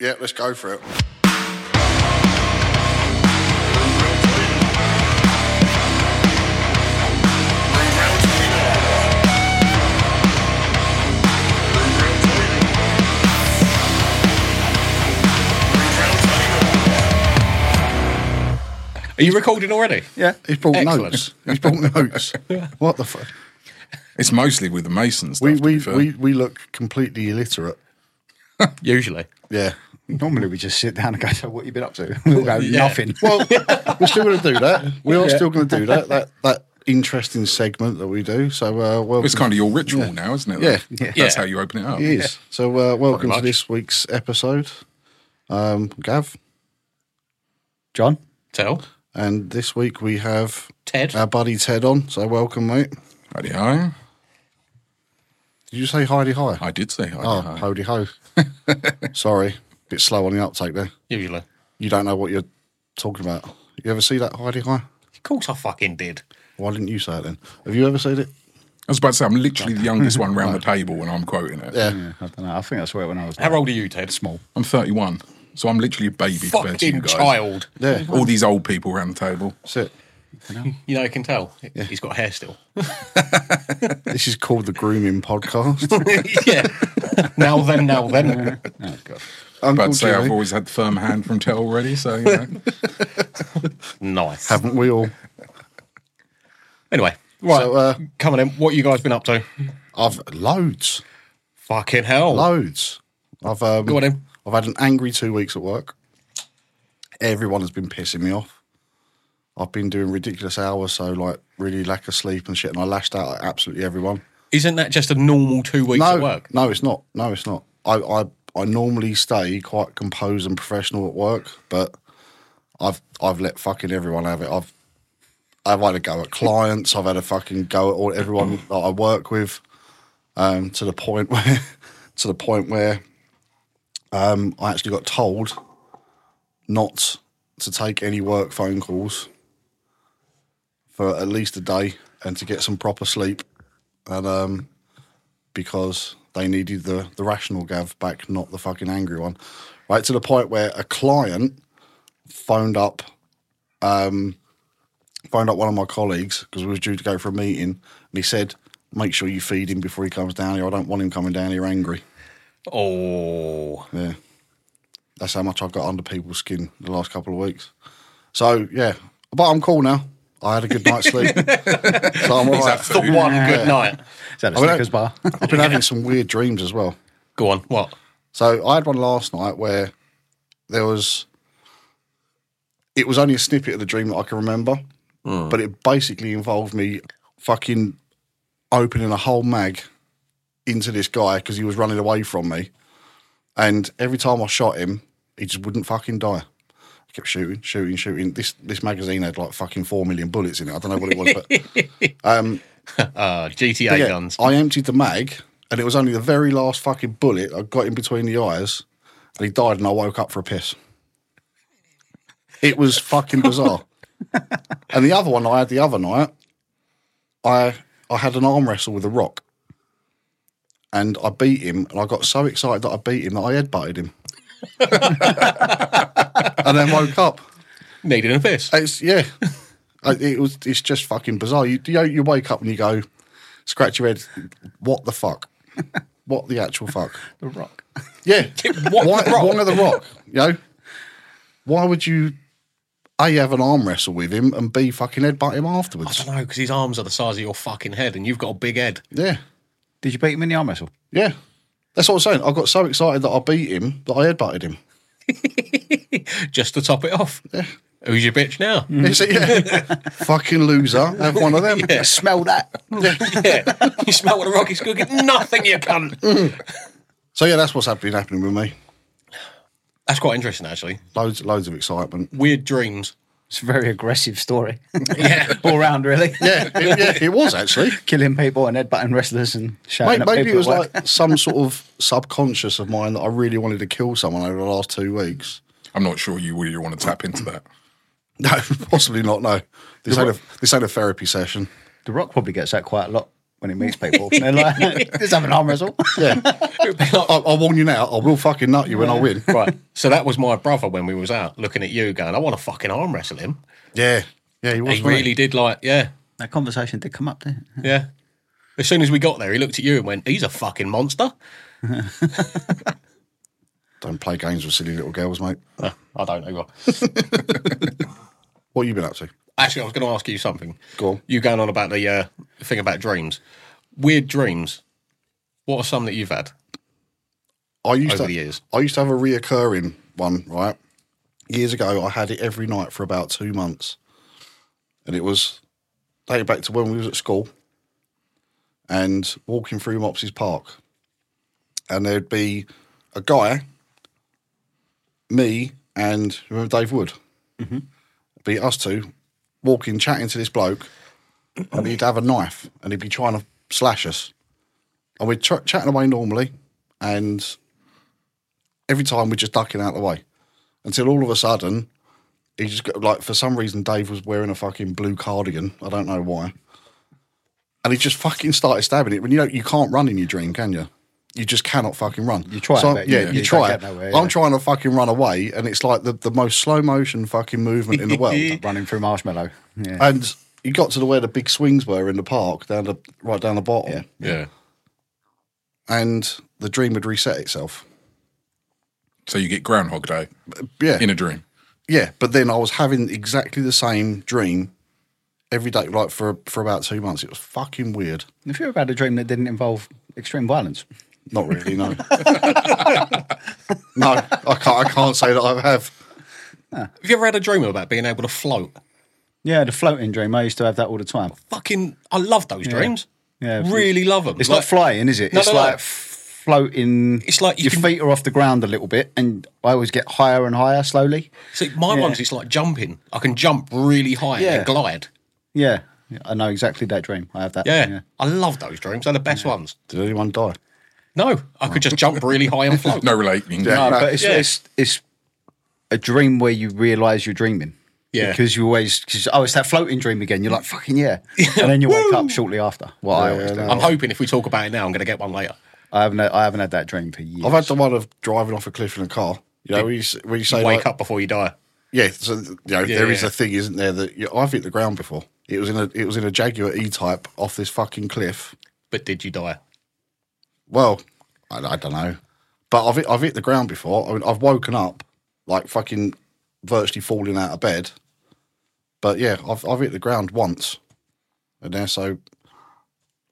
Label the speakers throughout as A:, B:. A: Yeah, let's go for it.
B: Are you recording already?
A: Yeah, he's brought
B: Excellent.
A: notes. He's brought notes. What the fuck?
C: It's mostly with the Mason stuff.
A: We
C: to be
A: we,
C: fair.
A: we we look completely illiterate.
B: Usually.
A: Yeah.
D: Normally we just sit down and go, so what you been up to? We'll go,
B: Yeah.
D: nothing.
A: Well, we're still going to do that. We are still going to do that. That that interesting segment that we do. So, uh, welcome.
C: It's kind of your ritual now, isn't it?
A: Yeah.
C: That's
B: Yeah.
C: how you open it up.
A: It is. So, uh, welcome to
B: much.
A: this week's episode, um, Gav.
D: John?
B: Tell.
A: And this week we have
B: Ted.
A: our buddy Ted on. So, welcome, mate.
C: Howdy hi.
A: Did you say hidey hi?
C: I did say howdy
A: Oh,
C: hi.
A: howdy ho. Sorry, bit slow on the uptake there.
B: Usually. Of
A: You don't know what you're talking about. You ever see that hidey hi?
B: course I fucking did.
A: Why didn't you say it then? Have you ever seen it?
C: I was about to say, I'm literally the youngest one round the table when I'm quoting it.
A: Yeah.
D: Yeah, I don't know. I think that's where when I was
B: How old are you, Ted?
D: small.
C: I'm 31, so I'm literally a baby compared to you
B: Fucking
C: guys.
B: child.
A: Yeah.
C: All these old people round the table.
A: That's it.
B: You know, I can tell. He's got hair still.
A: This is called the grooming podcast.
B: yeah. Oh, Now then, now then.
C: But
A: Uncle
C: I'd say I've
A: Jimmy,
C: always had the firm hand from Ted already, so you know.
B: Nice.
A: haven't we all?
B: Anyway, right.
A: So, uh,
B: coming in. What you guys been up to?
A: I've loads,
B: Fucking hell.
A: loads. I've um,
B: Go on then.
A: I've had an angry two weeks at work. Everyone has been pissing me off. I've been doing ridiculous hours, so like really lack of sleep and shit, and I lashed out at absolutely everyone.
B: Isn't that just a normal two weeks
A: no,
B: at work?
A: No, it's not. No, it's not. I, I I normally stay quite composed and professional at work, but I've I've let fucking everyone have it. I've I've had a go at clients. I've had a fucking go at all everyone that I work with. Um, to the point where to the point where um, I actually got told not to take any work phone calls for at least a day and to get some proper sleep. And um, because they needed the, the rational Gav back, not the fucking angry one. Right to the point where a client phoned up, um, phoned up one of my colleagues because we was due to go for a meeting, and he said, "Make sure you feed him before he comes down here. I don't want him coming down here angry."
B: Oh.
A: Yeah, that's how much I've got under people's skin the last couple of weeks. So yeah, but I'm cool now. I had a good night's sleep, so I'm all right.
B: For one good night.
D: Is that a
A: I mean, I-
D: Snickers bar?
A: I've been having some weird dreams as well.
B: Go on. What?
A: So I had one last night where there was. It was only a snippet of the dream that I can remember, but it basically involved me fucking opening a whole mag into this guy because he was running away from me. And every time I shot him, he just wouldn't fucking die. I kept shooting, shooting, shooting. This this magazine had like fucking four million bullets in it. I don't know what it was, but
B: Uh, GTA
A: yeah,
B: guns.
A: I emptied the mag, and it was only the very last fucking bullet I got in between the eyes, and he died, and I woke up for a piss. It was fucking bizarre. and the other one I had the other night, I I had an arm wrestle with a rock, and I beat him, and I got so excited that I beat him that I headbutted him, and then woke up.
B: Needed a piss.
A: It's yeah. I- it was. It's just fucking bizarre. You you, know, you wake up and you go, scratch your head. What the fuck? What the actual fuck?
D: the rock.
A: Yeah.
B: What
A: why,
B: the rock?
A: Why the rock? You know. Why would you? A have an arm wrestle with him and B fucking headbutt him afterwards.
B: No, because his arms are the size of your fucking head, and you've got a big head.
A: Yeah.
D: Did you beat him in the arm wrestle?
A: Yeah. That's what I'm saying. I got so excited that I beat him that I headbutted him.
B: Just to top it off. Who's your bitch now?
A: It's a- yeah. fucking loser. Have one of them.
D: I smell that.
B: yeah. You smell what a rock is cooking? Nothing, you
A: Mm.
B: cunt.
A: So yeah, that's what's hap- been happening with me.
B: That's quite interesting, actually.
A: Loads, loads of excitement.
B: Weird dreams.
D: It's a very aggressive story.
B: Yeah.
D: All round, really.
A: Yeah, it, yeah, it was actually.
D: Killing people and headbutting wrestlers and
B: Uh,
D: shouting
A: May-
D: at
A: maybe
D: people
A: it was
D: at work.
A: like some sort of subconscious of mine that I really wanted to kill someone over the last two weeks.
C: I'm not sure you really want to tap into that.
A: No, possibly not. No, this ain't a this ain't a therapy session.
D: The Rock probably gets that quite a lot. when he meets people. and they're like, let's have an arm wrestle.
A: Yeah.
B: It'd be like-
A: I, I warn you now, I will fucking nut you when I win.
B: right. So that was my brother when we was out looking at you going, I want to fucking arm wrestle him.
A: Yeah. Yeah, he was
B: he
A: wasn't
B: really did like, yeah,
D: That conversation did come up, didn't it?
B: yeah. As soon as we got there, he looked at you and went, he's a fucking monster.
A: Don't play games with silly little girls, mate.
B: Uh, I don't know.
A: What you been up to?
B: Actually, I was going to ask you something.
A: Go on.
B: You going on about the uh, thing about dreams. Weird dreams. What are some that you've had?
A: I used
B: Over
A: to,
B: the years.
A: I used to have a reoccurring one, right? Years ago, I had it every night for about two months, and it was dating back to when we was at school, and walking through Mopsy's Park, and there'd be a guy, me, and remember Dave Wood, be us two, walking, chatting to this bloke, and he'd have a knife, and he'd be trying to slash us, and we're ch- chatting away normally, and every time we're just ducking out the way until all of a sudden he just got like for some reason Dave was wearing a fucking blue cardigan. I don't know why. And he just fucking started stabbing it. When you know you can't run in your dream, can you? You just cannot fucking run. You
D: try,
A: So,
D: but
A: yeah,
D: you-
A: you,
D: you don't
A: try.
D: get nowhere,
A: I'm
D: yeah.
A: trying to fucking run away, and it's like the, the most slow motion fucking movement in the world.
D: Running through marshmallow. Yeah.
A: and you got to the where the big swings were in the park, down the right down the bottom
B: Yeah.
A: and the dream would reset itself.
C: So you get Groundhog Day
A: Yeah.
C: in a dream.
A: Yeah, but then I was having exactly the same dream every day, like for for about two months. It was fucking weird.
D: Have you ever had a dream that didn't involve extreme violence?
A: Not really, no. no, I can't. I can't say that I have.
B: Have you ever had a dream about being able to float?
D: Yeah, the floating dream. I used to have that all the time.
B: Fucking, I love those dreams.
D: Yeah.
B: Really love them.
D: It's not flying, is it?
B: No,
D: it's
B: no, no.
D: like f floating.
B: It's like you
D: your
B: can-
D: feet are off the ground a little bit, and I always get higher and higher slowly.
B: See, my ones, it's like jumping. I can jump really high
D: Yeah.
B: and glide.
D: Yeah, I know exactly that dream. I have that.
B: Yeah. I love those dreams. They're the best ones.
A: Did anyone die?
B: No, I could just jump really high and float.
C: No relating.
A: Yeah.
D: No,
A: No,
D: but it's,
B: yeah.
D: it's it's a dream where you realise you're dreaming.
B: Yeah.
D: Because you always, cause, oh, it's that floating dream again. You're like, fucking yeah. And then you wake up shortly after. Well, I always do.
B: I'm hoping if we talk about it now, I'm going to get one later.
D: I haven't, I haven't had that dream for years.
A: I've had the one of driving off a cliff in a car. You know, where you, s- where you say
B: Wake
A: like-
B: up before you die.
A: Yeah, so you know
B: Yeah,
A: there is
B: yeah.
A: a thing, isn't there? That you, I've hit the ground before. It was in a it was in a Jaguar E Type off this fucking cliff.
B: But did you die?
A: Well, I, I don't know, but I've hit, I've hit the ground before. I mean, I've woken up like fucking virtually falling out of bed. But yeah, I've I've hit the ground once, and there so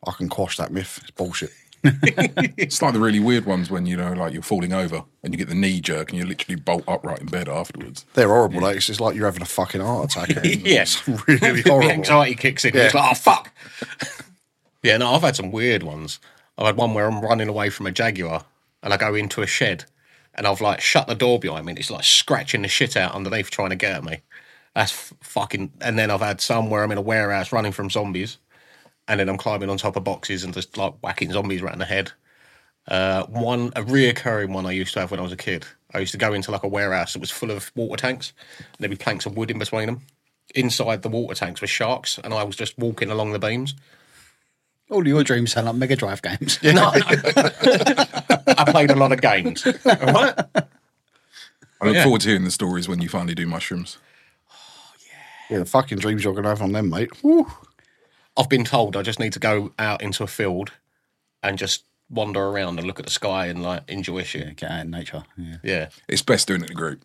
A: I can quash that myth. It's bullshit.
C: It's like the really weird ones when you know, like you're falling over and you get the knee jerk and you literally bolt upright in bed afterwards.
A: They're horrible. Like, it's just like you're having a fucking heart attack.
B: Yes.
A: it's really
B: the
A: horrible.
B: anxiety kicks in. It's like, oh, fuck. yeah, no, I've had some weird ones. I've had one where I'm running away from a Jaguar and I go into a shed and I've like shut the door behind me and it's like scratching the shit out underneath trying to get at me. That's f- fucking. And then I've had some where I'm in a warehouse running from zombies and then I'm climbing on top of boxes and just like whacking zombies around the head. Uh, one a reoccurring one I used to have when I was a kid. I used to go into like a warehouse that was full of water tanks. And there'd be planks of wood in between them. Inside the water tanks were sharks, and I was just walking along the beams.
D: All your dreams sound like Mega Drive games.
B: No, I played a lot of games. all right?
C: I look
B: Yeah.
C: forward to hearing the stories when you finally do mushrooms.
A: Yeah, the fucking dreams you're gonna have on them, mate. Woo.
B: I've been told I just need to go out into a field and just wander around and look at the sky and like enjoy shit.
D: Get out in nature. Yeah.
B: Yeah,
C: It's best doing it in a group.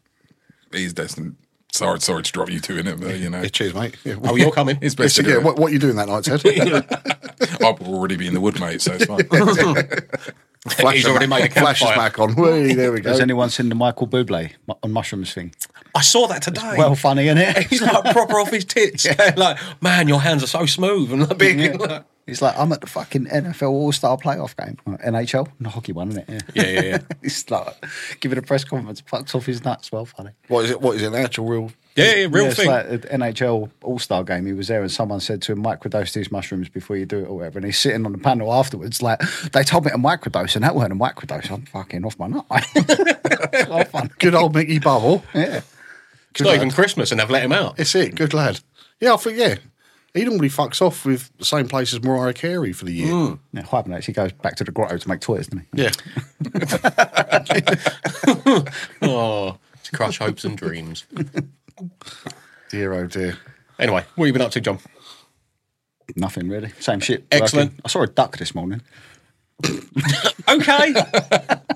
C: It is destined. Sorry, sorry to drop you two in it, but you know,
A: Yeah, cheers, mate. Yeah,
B: Oh, you're coming.
C: it's best to
A: yeah,
C: do it.
A: what, what are you doing that night, Ted?
C: I'll already be in the wood, mate, so it's fine.
B: He's already made a
A: Flashes
B: campfire.
A: back on. Whee, there we go.
D: Has anyone seen the Michael Bublé mu- on mushrooms thing?
B: I saw that today.
D: Well, funny, isn't it?
B: he's like proper off his tits. Yeah. like, man, your hands are so smooth and like big. Yeah,
D: It's like I'm at the fucking NFL All Star Playoff game, Well, NHL, the hockey one, isn't it?
B: yeah, yeah. yeah.
D: it's like giving a press conference, fucks off his nuts. Well, funny.
A: What is it? What is it? An actual real?
B: Yeah, yeah, real
D: Yeah, it's
B: thing.
D: like an NHL All Star game. He was there, and someone said to him, "Microdose these mushrooms before you do it, or whatever." And he's sitting on the panel afterwards, like they told me to microdose, and that weren't a microdose. I'm fucking off my nut. well, fun.
A: Good old Mickey Bubble.
D: Yeah,
B: it's not even Christmas, and they've let him out.
A: It's it. Good lad. Yeah, I think yeah. He normally fucks off with the same place as Mariah Carey for the year.
D: Yeah, hibernates. He goes back to the grotto to make toys, doesn't he?
A: Yeah.
B: Oh, to crush hopes and dreams.
A: Dear, oh dear.
B: Anyway, what have you been up to, John?
D: Nothing really. Same shit.
B: Excellent.
D: Working. I saw a duck this morning.
B: Okay.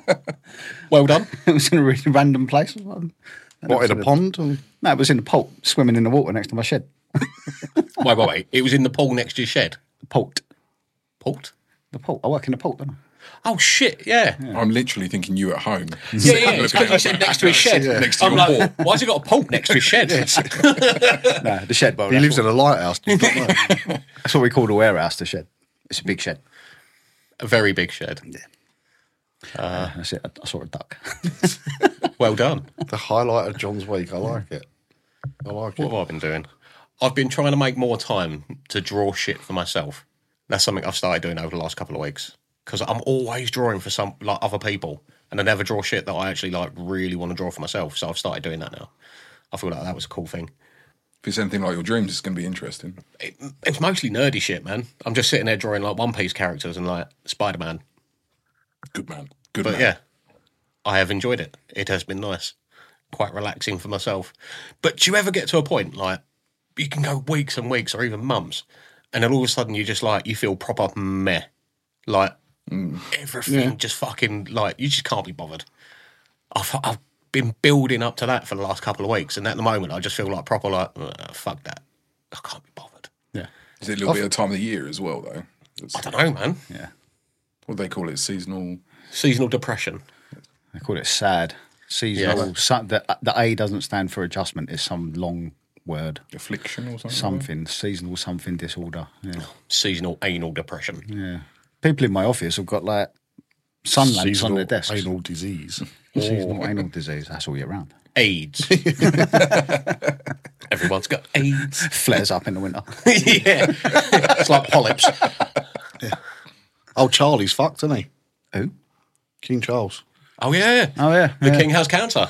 B: well done.
D: it was in a really random place.
A: What, in a pond? Or?
D: No, it was in the pulp, swimming in the water next to my shed.
B: Wait, wait, wait. It was in the pool next to your shed.
D: The pulp.
B: Port?
D: The pulp. I work in the pulp, don't I?
B: Oh, shit. Yeah.
C: I'm literally thinking you at home.
B: Yeah, yeah. It's because you said next to his shed.
C: Next to
B: I'm
C: your
B: like,
C: wall.
B: why's he got a pulp next to his shed?
D: No, the shed.
A: He lives in a lighthouse. does he not know?
D: That's what we call the warehouse, the shed. It's a big shed.
B: A very big shed.
D: That's it. I, I saw a duck.
B: Well done.
A: the highlight of John's week. I like it. I like
B: What
A: it.
B: have I been doing? I've been trying to make more time to draw shit for myself. That's something I've started doing over the last couple of weeks because I'm always drawing for some like other people, and I never draw shit that I actually like really want to draw for myself. So I've started doing that now. I feel like that was a cool thing.
C: If it's anything like your dreams, it's going to be interesting.
B: It, it's mostly nerdy shit, man. I'm just sitting there drawing like One Piece characters and like Spider Man.
C: Good man. Good
B: But
C: man.
B: yeah, I have enjoyed it. It has been nice, quite relaxing for myself. But do you ever get to a point like you can go weeks and weeks or even months, and then all of a sudden you just like you feel proper meh, like everything just fucking like you just can't be bothered. I've, I've been building up to that for the last couple of weeks, and at the moment I just feel like proper like "Ugh, fuck that. I can't be bothered.
D: yeah.
C: Is it a little bit of time of the year as well, though? It's-
B: I don't know, man.
D: Yeah.
C: what do they call it? Seasonal.
B: Seasonal depression.
D: They call it sad. Seasonal. Su- the, uh, the A doesn't stand for adjustment. It's some long word.
C: affliction or something.
D: Something. Seasonal something disorder. Yeah.
B: Seasonal anal depression.
D: yeah. People in my office have got like sun lamps on
A: Seasonal
D: their desks.
A: anal disease.
D: Seasonal anal disease. That's all year round.
B: AIDS. Everyone's got AIDS.
D: Flares up in the winter.
B: yeah. It's like polyps.
A: oh, Charlie's fucked, isn't he?
D: Who?
A: King Charles.
B: Oh, yeah.
D: Oh, yeah.
B: The
D: yeah.
B: king has cancer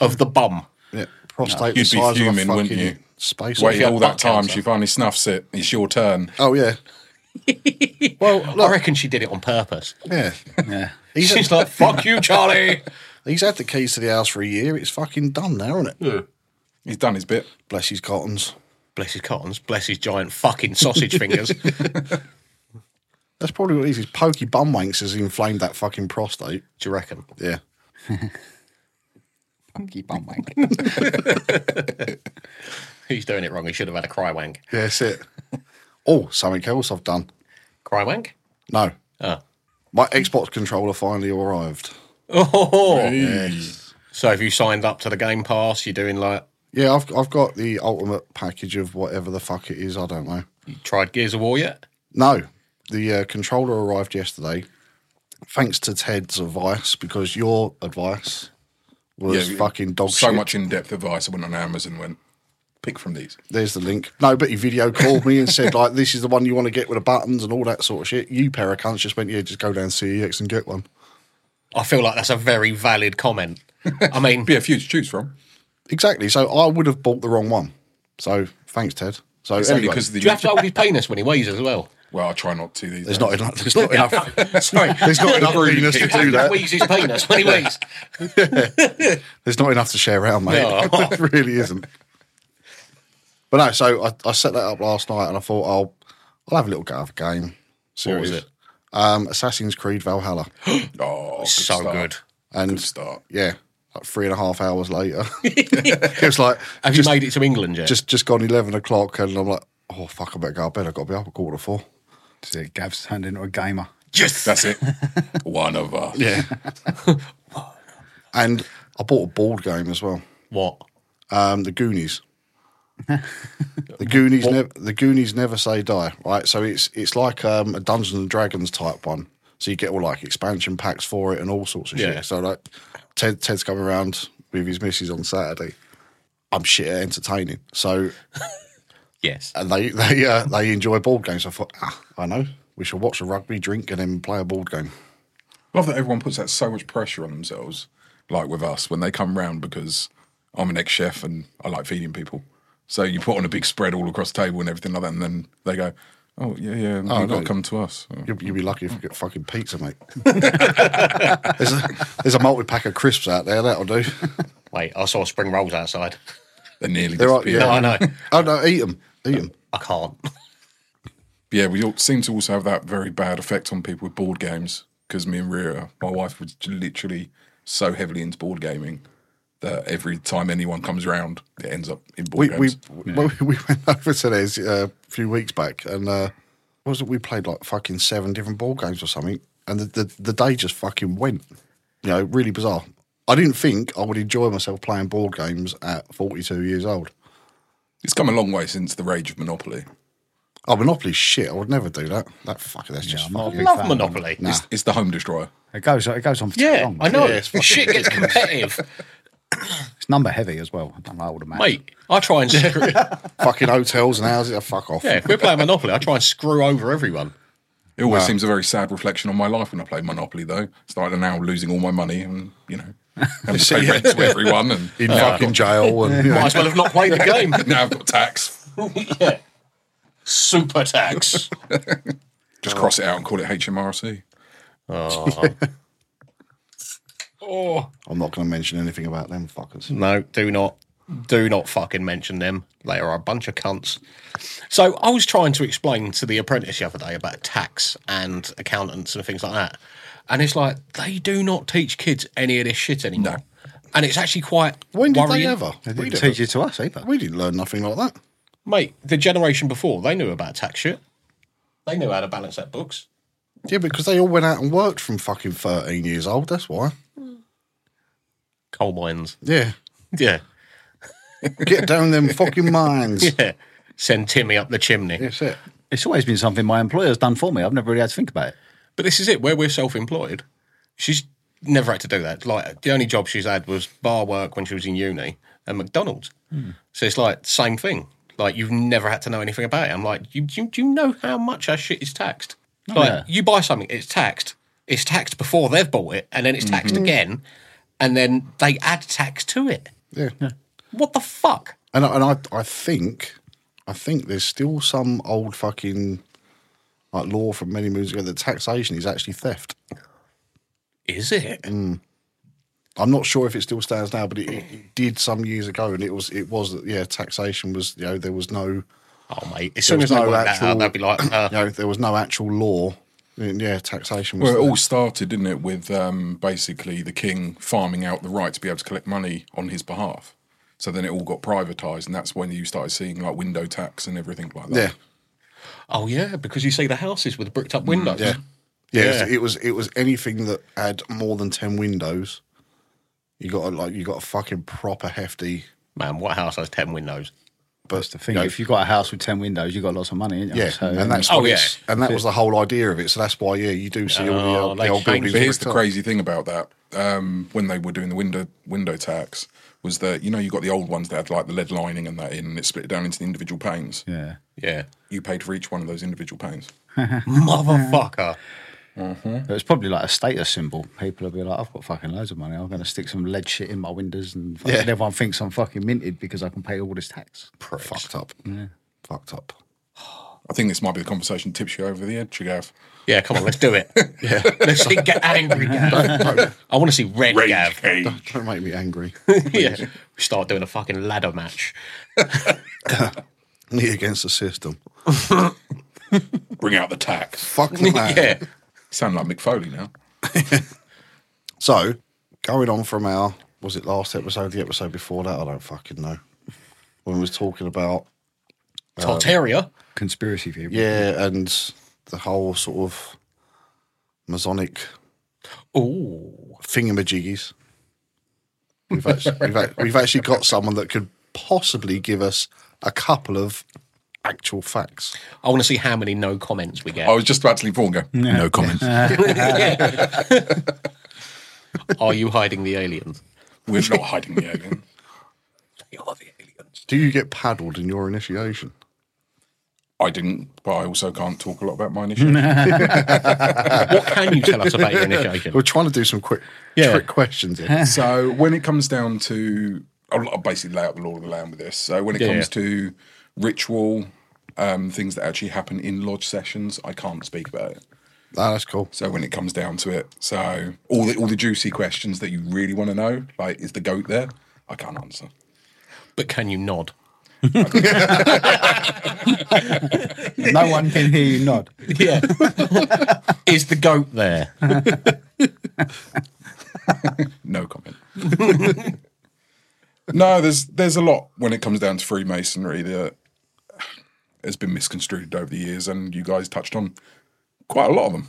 B: of the bum.
A: Yeah. Prostate
C: You'd
A: the
C: be
A: size
C: fuming,
A: of a
C: wouldn't
A: fucking
C: you?
A: space.
C: Waited
A: oil.
B: you had
C: all that
B: butt
C: time.
B: cancer.
C: She finally snuffs it. It's your turn.
A: Oh, yeah. well,
B: I
A: look,
B: reckon she did it on purpose.
A: yeah.
D: Yeah.
A: He's
B: She's like, fuck you, Charlie.
A: He's had the keys to the house for a year. It's fucking done now, isn't it?
C: He's done his bit.
A: Bless his cottons.
B: Bless his cottons. Bless his giant fucking sausage fingers. Do
A: That's probably what it is. His pokey bum wanks has inflamed that fucking prostate.
B: you reckon?
A: Yeah.
D: Funky bum wank.
B: He's doing it wrong. He should have had a cry wank.
A: Yeah, that's it. oh, something else I've done.
B: Cry wank?
A: No.
C: Ah.
B: Oh.
A: My Xbox controller finally arrived.
B: Oh.
A: Yes.
B: So if you signed up to the Game Pass, you're doing like,
A: Yeah, I've, I've got the ultimate package of whatever the fuck it is. I don't know.
B: you tried Gears of War yet?
A: No, the uh, controller arrived yesterday. Thanks to Ted's advice, because your advice was
C: Yeah,
A: fucking dog
C: So
A: shit.
C: much in depth advice. I went on Amazon and went, pick from these.
A: There's the link. No, but he video called me and said, like, this is the one you want to get with the buttons and all that sort of shit. You pair of cunts just went, yeah, just go down CEX and get one.
B: I feel like that's a very valid comment. I mean,
C: Be a few to choose from.
A: Exactly. So I would have bought the wrong one. So thanks, Ted. So
C: Exactly
A: anyway,
C: because of
B: Do you
C: the.
B: have to hold his penis when he weighs as well?
C: Well, I try not to these
A: there's not
C: days.
A: enough. There's not enough.
B: Sorry.
A: There's not enough penis to do that.
B: Wheeze his penis when he weighs.
A: There's not enough to share around, mate.
B: No.
A: there really isn't. But no, so I, I set that up last night and I thought I'll I'll have a little go of a game.
B: What was
A: Series.
B: it?
A: Um, Assassin's Creed Valhalla.
C: Oh, good
B: So
C: start.
B: good.
A: And
C: Good start.
A: yeah, like three and a half hours later. it was like
B: Have
A: just,
B: you made it to England yet?
A: just just gone eleven o'clock and I'm like, oh fuck, I better go to bed. I've got to be up at quarter to four.
D: That's it. Gav's turned into a gamer.
B: Yes.
C: That's it. One of us.
A: Yeah. and I bought a board game as well.
B: what?
A: Um, the Goonies. the Goonies never the Goonies never say die, right? So it's it's like um, a Dungeons and Dragons type one. So you get all like expansion packs for it and all sorts of
B: Yeah.
A: shit. So like Ted Ted's coming around with his missus on Saturday. I'm shit at entertaining. So
B: Yes.
A: and they they uh, they enjoy board games. I thought, ah, I know. We shall watch a rugby, drink, and then play a board game.
C: Love that everyone puts that so much pressure on themselves, like with us when they come round because I'm an ex chef and I like feeding people. So you put on a big spread all across the table and everything like that, and then they go, "Oh yeah, yeah, you've got
A: no.
C: to come to us." Oh.
A: You'll, you'll be lucky if you get fucking pizza, mate. there's a, there's a multi pack of crisps out there. That'll do.
B: Wait, I saw spring rolls outside.
C: They nearly
A: They're all-
C: disappear.
B: No,
A: Yeah.
B: I know.
A: Oh no, eat them, eat them.
B: I can't.
C: yeah, we all seem to also have that very bad effect on people with board games because me and Rhea, my wife, was j- literally so heavily into board gaming that every time anyone comes around, it ends up in
A: We
C: board
A: we
C: games.
A: well, we went over to theirs uh, a few weeks back, and uh, what was it? We played like fucking seven different ball games or something, and the, the the day just fucking went. You know, really bizarre. I didn't think I would enjoy myself playing board games at 42 years old.
C: it's come a long way since the rage of Monopoly.
A: Oh, Monopoly's shit. I would never do that. That fucking, that's just
D: not a
A: fucking.
D: big
B: Love
D: fan.
B: Monopoly.
C: It's, it's the home destroyer.
D: It goes it goes on for too
B: Yeah,
D: long.
B: I know.
A: Yeah, it's fucking
B: Shit gets competitive,
D: It's number heavy as well. I don't know how old a man.
B: mate. I try and screw. yeah,
A: fucking hotels and houses. Oh, fuck off.
B: if we're playing Monopoly, I try and screw over everyone.
C: It always seems a very sad reflection on my life when I play Monopoly, though. It's like I'm now losing all my money and, you know, having to pay rent to everyone and
A: In fucking jail. And, you know.
B: Might as well have not played the game.
C: now I've got tax.
B: Super tax.
C: Just
A: Oh.
C: cross it out and call it HMRC.
B: Oh
A: I'm not going to mention anything about them fuckers.
B: no! Do not, do not fucking mention them. They are a bunch of cunts. So I was trying to explain to the apprentice the other day about tax and accountants and things like that, and it's like they do not teach kids any of this shit anymore. And it's actually quite.
A: When did they
B: worrying.
A: ever?
D: They
A: we,
D: didn't
A: didn't,
D: teach it to us either.
A: we didn't learn nothing like that.
B: Mate, the generation before, they knew about tax shit. They knew how to balance their books.
A: Yeah, because they all went out and worked from fucking 13 years old. That's why.
B: Coal mines.
A: Yeah.
B: Yeah.
A: Get down them fucking mines.
B: Yeah. Send Timmy up the chimney.
A: That's it.
D: It's always been something my employer's done for me. I've never really had to think about it.
B: But this is it, where we're self employed. She's never had to do that. Like, the only job she's had was bar work when she was in uni and McDonald's. So it's like, same thing. Like, you've never had to know anything about it. I'm like, you, do, you- do you know how much our shit is taxed? like,
D: yeah.
B: you buy something, it's taxed. It's taxed before they've bought it, and then it's taxed again, and then they add tax to it.
A: Yeah.
B: What the fuck?
A: And, I- and I, I think, I think there's still some old fucking like law from many moons ago that taxation is actually theft.
B: Is it?
A: I'm not sure if it still stands now, but it, it did some years ago, and it was it was that yeah, taxation was you know there was no you
B: Oh, mate. As soon
A: There
B: as
A: was
B: they
A: no
B: work that out,
A: actual-
B: they'll be like, uh,
A: know there was no actual law. And, yeah, taxation was
C: Well, it
A: theft.
C: all started, didn't it, with um, basically the king farming out the right to be able to collect money on his behalf. So then it all got privatised, and that's when you started seeing like window tax and everything like that.
A: yeah.
B: oh, yeah, because you see the houses with bricked up windows.
A: Yeah. Yeah,
B: Yeah.
A: It, was, it was it was anything that had more than ten windows. You got a, like you got a fucking proper hefty.
B: Man, what house has 10 windows?
A: But
D: That's the thing.
A: you know,
D: If you've got a house with ten windows, you've got lots of money, ain't you?
A: yeah,
D: So,
A: and that's
B: Oh,
A: what
B: yeah.
A: it's- and that was the whole idea of it. So that's why yeah, you do see all the
B: Oh,
A: old,
B: they
A: the old buildings.
B: changed
C: But here's
A: bricked
C: the
A: up.
C: crazy thing about that: um, when they were doing the window window tax, was that you know you got the old ones that had like the lead lining and that in, and it split down into the individual panes.
D: yeah.
B: Yeah.
C: You paid for each one of those individual panes.
B: Motherfucker.
D: But it's probably like a status symbol. People will be like, I've got fucking loads of money. I'm going to stick some lead shit in my windows, and fucking
A: Yeah.
D: everyone thinks I'm fucking minted because I can pay all this tax.
A: Fucked up. Fucked up.
C: I think this might be the conversation that tips you over the edge, Gav.
B: Yeah, come on, let's do it. yeah. Let's see, get angry, Gav. I want to see red Gav.
A: Don't make me angry.
B: yeah. We start doing a fucking ladder match.
A: Me against the system.
C: Bring out the tax.
A: Fuck that.
B: yeah.
C: Sound like Mick Foley now.
A: So going on from our was it last episode, the episode before that? I don't fucking know. When we was talking about
B: Tartaria.
D: Conspiracy theory.
A: Yeah, and the whole sort of Masonic
B: Ooh.
A: thingamajiggies. We've actually, we've, ac- we've actually got someone that could possibly give us a couple of actual facts.
B: I want to see how many no comments we get.
C: I was just about to leave Vaughan. Go. No comments.
B: Are you hiding the aliens?
C: We're not hiding the alien.
B: They are the aliens.
A: Do you get paddled in your initiation?
C: I didn't, but I also can't talk a lot about my initiative.
B: What can you tell us about your initiation?
A: We're trying to do some quick
B: Yeah.
A: trick questions here.
C: so when it comes down to I'll, I'll basically lay out the law of the land with this. So when it
B: Yeah,
C: comes
B: yeah.
C: to ritual, um, things that actually happen in lodge sessions, I can't speak about it.
A: No, that's cool.
C: So when it comes down to it, so all the all the juicy questions that you really want to know, like is the goat there? I can't answer.
B: But can you nod?
D: No one can hear you nod.
B: Yeah. Is the goat there?
C: No comment. no, there's there's a lot when it comes down to Freemasonry that has been misconstrued over the years, and you guys touched on quite a lot of them.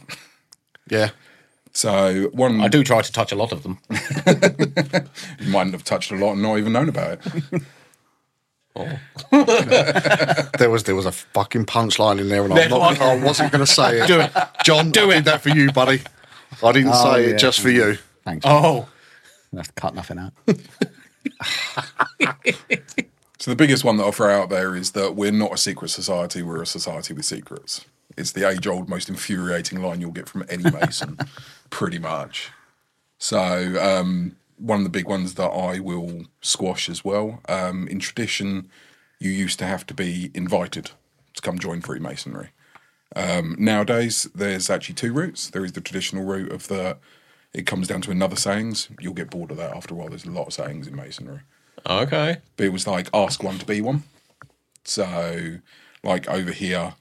A: Yeah.
C: So one
B: I do try to touch a lot of them.
C: you mightn't have touched a lot and not even known about it.
A: There was there was a fucking punchline in there, and I'm not, I oh, wasn't going to say it.
B: Do it.
A: John. Do I did that for you, buddy. I didn't
D: Oh,
A: say
D: yeah.
A: it just for you.
D: Thanks.
B: Oh,
D: I have to cut nothing out.
C: So the biggest one that I'll throw out there is that we're not a secret society, we're a society with secrets. It's the age old, most infuriating line you'll get from any Mason, pretty much. So um, one of the big ones that I will squash as well. Um, in tradition, you used to have to be invited to come join Freemasonry. Um, nowadays there's actually two routes. There is the traditional route of the it comes down to another sayings. You'll get bored of that after a while. There's a lot of sayings in masonry.
B: okay.
C: But it was like ask one to be one. So like over here,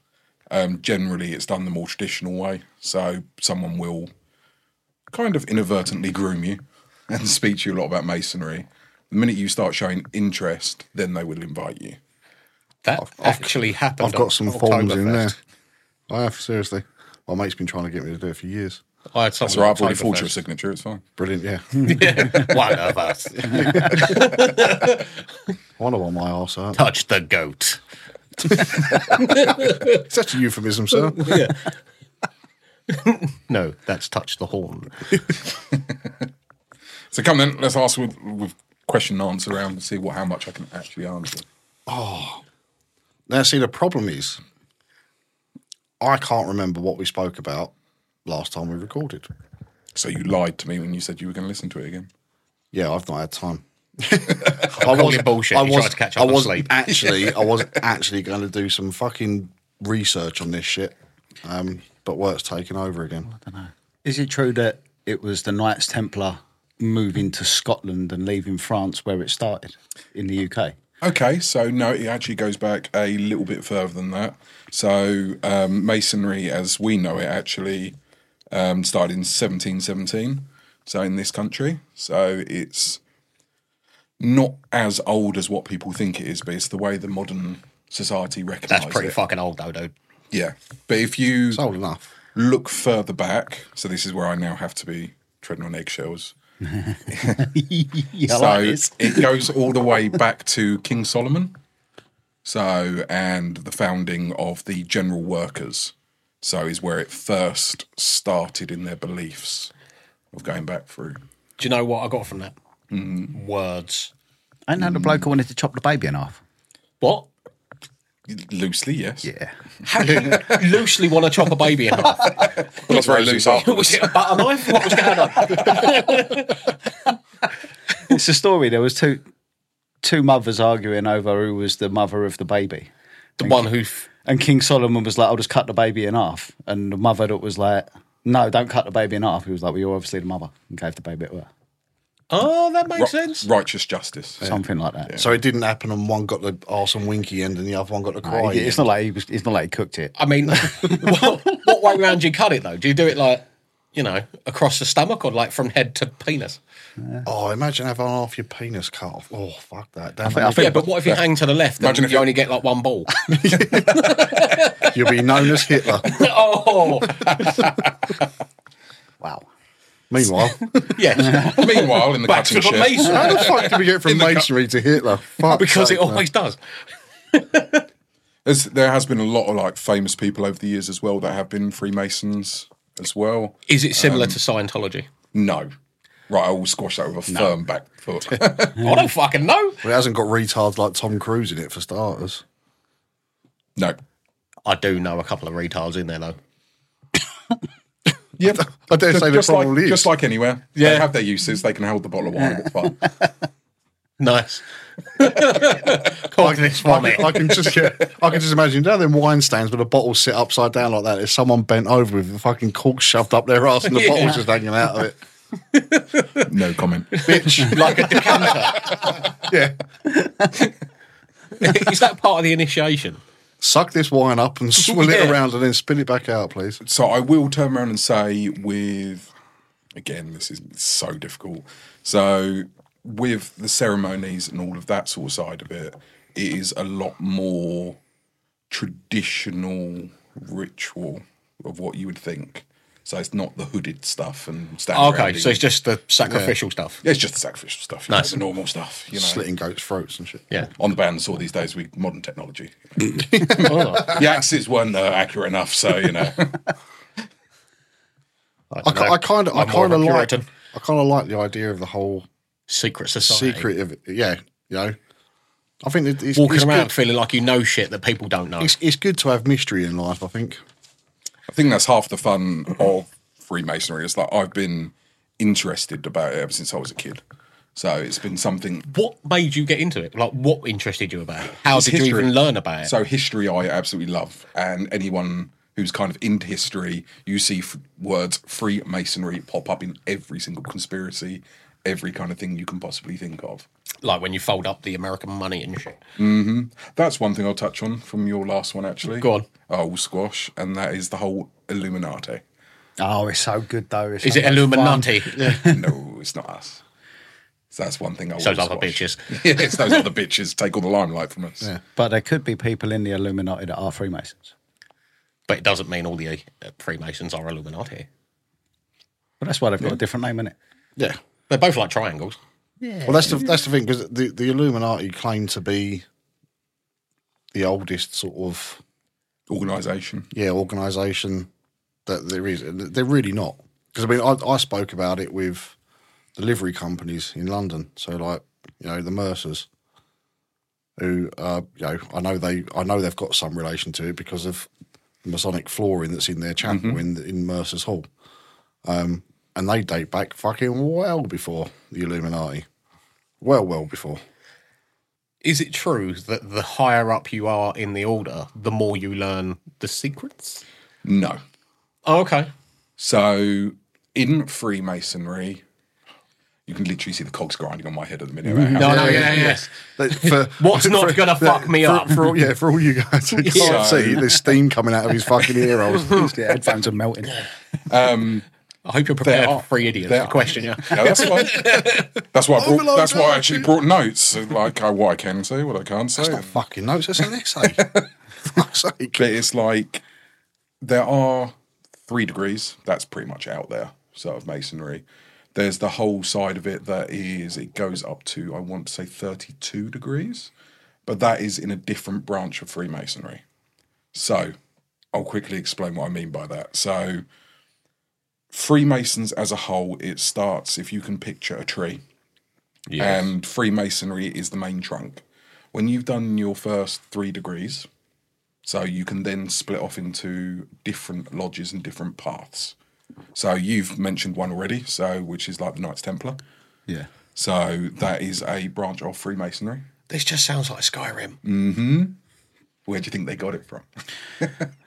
C: um, generally it's done the more traditional way. So someone will kind of inadvertently groom you and speak to you a lot about masonry. The minute you start showing interest, then they will invite you.
B: That actually happened.
A: I've got
B: at
A: some forms in there.
B: Oktoberfest.
A: I have seriously. My mate's been trying to get me to do it for years.
B: I had something
C: So I've
B: at
C: already forged your
B: Oktoberfest.
C: signature. It's fine.
A: Brilliant. Yeah.
B: One of us
A: One of on my arse out.
B: touched the goat.
A: Such a euphemism, sir.
B: No, that's touched the horn.
C: So come then, let's ask with, with question and answer round and see what how much I can actually answer.
A: Now, see, the problem is, I can't remember what we spoke about last time we recorded.
C: So you lied to me when you said you were going to listen to it again.
A: Yeah, I've not had time.
B: I call you bullshit. you tried to catch up
A: I
B: on
A: was
B: sleep.
A: actually, I was actually going to do some fucking research on this shit, um, but work's taken over again.
D: Is it true that it was the Knights Templar moving to Scotland and leaving France where it started in the UK?
C: Okay, so no, it actually goes back a little bit further than that. So um, masonry, as we know it, actually um, started in 1717. So in this country, so it's not as old as what people think it is, but it's the way the modern society recognises
B: That's pretty
C: it.
B: fucking old, though, dude.
C: yeah, but if you
A: It's old enough.
C: look further back. So this is where I now have to be treading on eggshells.
D: yeah,
C: so it goes all the way back to King Solomon. So and the founding of the general workers. So is where it first started in their beliefs of going back through.
B: Do you know what I got from that? Words.
D: I know the bloke who wanted to chop the baby in half.
B: What?
C: Loosely, yes.
D: Yeah.
B: How can you loosely want to chop a baby in half?
C: Well, it's very loose
B: was
C: afterwards.
B: it a butter knife? What was going on?
D: it's a story. There was two two mothers arguing over who was the mother of the baby.
B: The one who f-
D: And King Solomon was like, I'll just cut the baby in half. And the mother that was like, No, don't cut the baby in half. He was like, Well, you're obviously the mother and gave the baby to her.
B: Oh, that
C: Ri-
B: makes sense.
C: righteous justice.
D: Something like that.
A: So it didn't happen, and one got the arse and winky end, and the other one got the cry.
D: Like, it's not like he was, it's not like he cooked it.
B: I mean, what, what way round do you cut it though? Do you do it like, you know, across the stomach or like from head to penis?
A: Oh, imagine having half your penis cut off. Oh, fuck that. Damn
D: I
A: it.
D: think-
B: Yeah, but what if you hang to the left and
C: Imagine if
B: you
C: you-
B: only get like one ball?
A: You'll be known as Hitler.
B: oh,
D: Wow.
A: Meanwhile,
B: yes.
C: Meanwhile, in the
B: Back to
C: cutting
B: the
C: shed,
B: mason.
A: how the fuck did we get from masonry to Hitler? Fuck
B: Because it
A: sake, man.
B: always does.
C: there's, there has been a lot of like famous people over the years as well that have been Freemasons as well.
B: Is it similar to Scientology?
C: No. Right, I will squash that with a firm back foot.
B: I don't fucking know.
A: Well, it hasn't got retards like Tom Cruise in it for starters.
C: no.
B: I do know a couple of retards in there though.
C: Yep.
A: I dare say
C: just,
A: the
C: just
A: problem
C: like,
A: is.
C: just like anywhere. Yeah. They have their uses. They can hold the bottle of wine. It's fine.
B: Nice. Call this
A: I
B: vomit.
A: can, I can just get, I can just imagine down them wine stands with a bottle sit upside down like that. There's someone bent over with the fucking cork shoved up their ass and the
B: Yeah.
A: bottle's just hanging out of it.
C: No comment.
A: Bitch, like a decanter. yeah,
B: Is that part of the initiation?
A: suck this wine up and swill it
B: Yeah.
A: around and then spit it back out, please.
C: so I will turn around and say with again, this is so difficult. So with the ceremonies and all of that sort of side of it, it is a lot more traditional ritual of what you would think. So it's not the hooded stuff and standing
B: Okay,
C: around
B: so
C: eating.
B: it's just the sacrificial stuff.
C: Yeah, it's just the sacrificial stuff, you know,
B: Nice.
C: the normal stuff, you know.
A: Slitting goats' throats and shit.
B: Yeah.
C: On the band saw these days with modern technology.
B: Oh,
C: The axes weren't uh, accurate enough, so you know.
A: I, ki- I kind of, I
B: I'm more
A: kind
B: of a
A: of like,
B: Puritan.
A: I kind of like the idea of the whole
B: secret society.
A: secret of, it. yeah, you know. I think it- it's,
B: Walking
A: it's
B: around
A: Good,
B: feeling like you know shit that people don't know.
A: it's, it's good to have mystery in life. I think.
C: I think that's half the fun of Freemasonry. It's like I've been interested about it ever since I was a kid. So it's been something.
B: What made you get into it? Like, what interested you about it? How
C: It's
B: did you
C: history.
B: even learn about it?
C: So history, I absolutely love, and anyone who's kind of into history, you see f- words Freemasonry pop up in every single conspiracy, every kind of thing you can possibly think of.
B: like when you fold up the American money and shit.
C: That's one thing I'll touch on from your last one, actually.
B: Go on.
C: I will squash, and that is the whole Illuminati.
D: Oh, it's so good though. It's
B: Is
D: so
B: it
D: much
B: Illuminati?
C: no, it's not us. So that's one thing I.
B: It's
C: will
B: those other
C: squash.
B: bitches.
C: Yeah, it's those other bitches take all the limelight from us.
D: fun. But there could be people in the Illuminati that are Freemasons.
B: But it doesn't mean all the uh, Freemasons are Illuminati.
D: But that's why they've got a different name in it.
A: Yeah.
B: They're both like triangles.
A: Well, that's the that's the thing because the the Illuminati claim to be the oldest sort of
C: Organisation.
A: yeah organization that there is. And They're really not because I mean I, I spoke about it with the livery companies in London. So like you know the Mercers, who uh, you know I know they I know they've got some relation to it because of the Masonic flooring that's in their chapel in in Mercers Hall, um, and they date back fucking well before the Illuminati, well well before.
B: Is it true that the higher up you are in the order, the more you learn the secrets?
C: No.
B: Oh, okay.
C: So in Freemasonry, you can literally see the cogs grinding on my head at the minute. About how
B: No, no, yeah, yeah.
A: That- for-
B: What's not gonna fuck me
A: for-
B: up?
A: For all, yeah, for all you guys who can't
B: Yeah.
A: see, there's steam coming out of his fucking ear holes.
D: The headphones are melting.
B: I hope you're prepared
C: are-
B: for three idiots
C: there
B: to question you.
C: um, No, that's why. That's why. I brought,
A: Overload
C: that's why I
A: energy.
C: actually brought notes. so, Like uh, what I can say, what I can't say.
A: That fucking notes, that's an essay. Fuck's sake.
C: But it's like there are three degrees. That's pretty much out there, sort of masonry. There's the whole side of it that is it goes up to I want to say 32 degrees, but that is in a different branch of Freemasonry. So I'll quickly explain what I mean by that. So Freemasons as a whole, it starts if you can picture a tree and Freemasonry is the main trunk. When you've done your first three degrees, so you can then split off into different lodges and different paths. So you've mentioned one already, so which is like the Knights Templar.
D: Yeah.
C: So that is a branch of Freemasonry.
B: This just sounds like Skyrim.
C: Where do you think they got it from?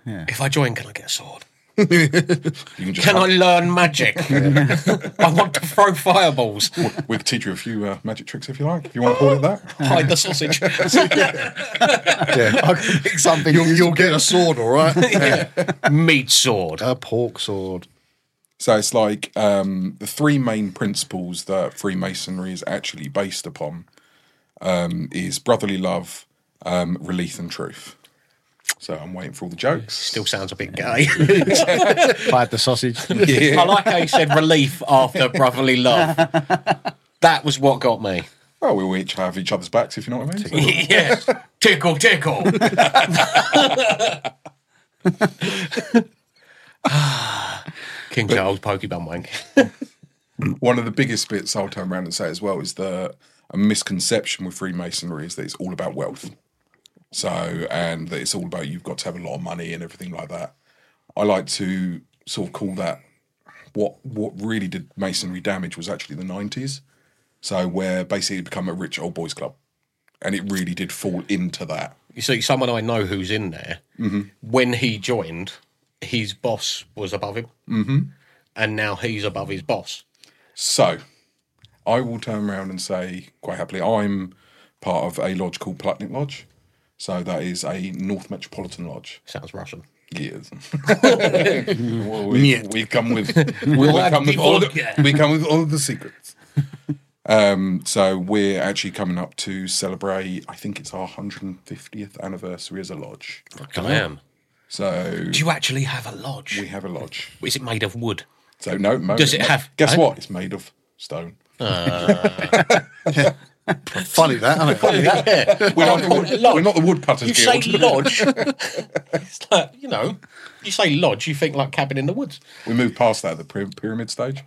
B: If I join, can I get a sword?
C: You can just
B: Can I learn magic? I want to throw fireballs.
C: we could teach you a few uh, magic tricks if you like. If you want to call it that.
B: Hide the sausage.
A: Yeah. Something you'll, you'll get a sword, all right?
B: Meat sword.
A: a pork sword.
C: So it's like um, the three main principles that Freemasonry is actually based upon um, is brotherly love, um, relief, and truth. So I'm waiting for all the jokes.
B: Still sounds a bit gay.
D: Fired the sausage.
B: I like how you said relief after brotherly love. That was what got me.
C: Well, we all each have each other's backs, if you know what I mean. So-
B: yeah. Tickle, tickle. King Charles Pokemon wank.
C: One of the biggest bits I'll turn around and say as well is that a misconception with Freemasonry is that it's all about wealth. So, and that it's all about you've got to have a lot of money and everything like that. I like to sort of call that what what really did Masonry damage was actually the 90s. So where basically it become a rich old boys club, and it really did fall into that.
B: You see, someone I know who's in there,
C: Mm-hmm.
B: when he joined, his boss was above him. Mm-hmm. And now he's above his boss.
C: So I will turn around and say quite happily, I'm part of a lodge called Plutnik Lodge. So that is a North Metropolitan Lodge.
B: Sounds Russian.
C: Yes. Well, we, we come with we, come with all the, we come with all of the secrets. Um, so we're actually coming up to celebrate. I think it's our 150th anniversary as a lodge.
B: Fucking am.
C: So
B: Do you actually have a lodge?
C: we have a lodge.
B: Is it made of wood?
C: So no, mo-
B: Does it
C: mo-
B: have-
C: Guess
B: no?
C: what? It's made of stone.
A: Funny that, isn't it? Funny that.
C: We're not, the wood,
B: lodge.
C: we're not the woodcutters
B: You say
C: guild.
B: lodge. it's like, you know, you say lodge, you think like cabin in the woods.
C: we moved past that at the pyra- pyramid stage.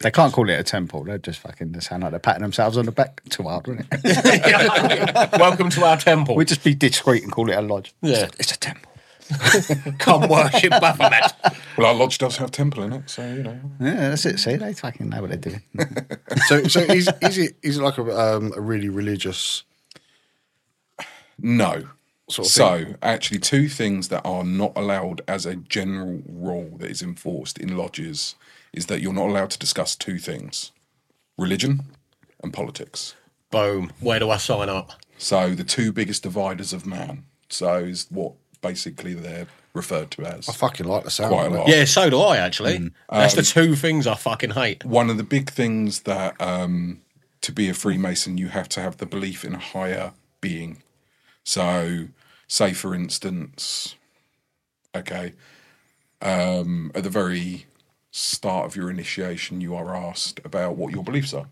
D: They can't call it a temple. They're just fucking they sound like they're patting themselves on the back too hard, wouldn't it?
B: Welcome to our temple.
D: We'd just be discreet and call it a lodge.
B: Yeah.
D: It's a, it's a temple.
B: come worship Baphomet.
C: Well, our lodge does have temple in it, so you know.
D: Yeah, that's it. See, they fucking know what they're doing.
A: So, so is, is it is it like a, um, a really religious?
C: No.
A: Sort of
C: so, actually, two things that are not allowed as a general rule that is enforced in lodges is that you're not allowed to discuss two things religion and politics.
B: Boom. Where do I sign up?
C: So, the two biggest dividers of man. So, is what basically they're referred to as.
A: I fucking like the sound.
C: Quite a
A: of it.
C: lot.
B: Yeah, so do I actually.
C: Mm.
B: That's the
C: Um,
B: two things I fucking hate.
C: one of the big things that um, to be a Freemason, you have to have the belief in a higher being. So, say for instance, okay, um, at the very start of your initiation, you are asked about what your beliefs are.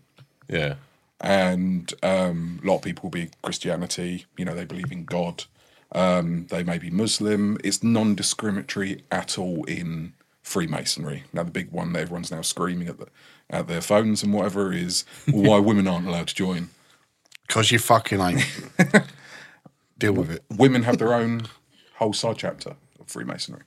B: Yeah.
C: And um, a lot of people will be Christianity, you know, they believe in God. Um, they may be Muslim. It's non discriminatory at all in Freemasonry. Now, the big one that everyone's now screaming at, the, at their phones and whatever is why women aren't allowed to join.
A: Because you fucking ain't. Deal with it.
C: Women have their own whole side chapter of Freemasonry.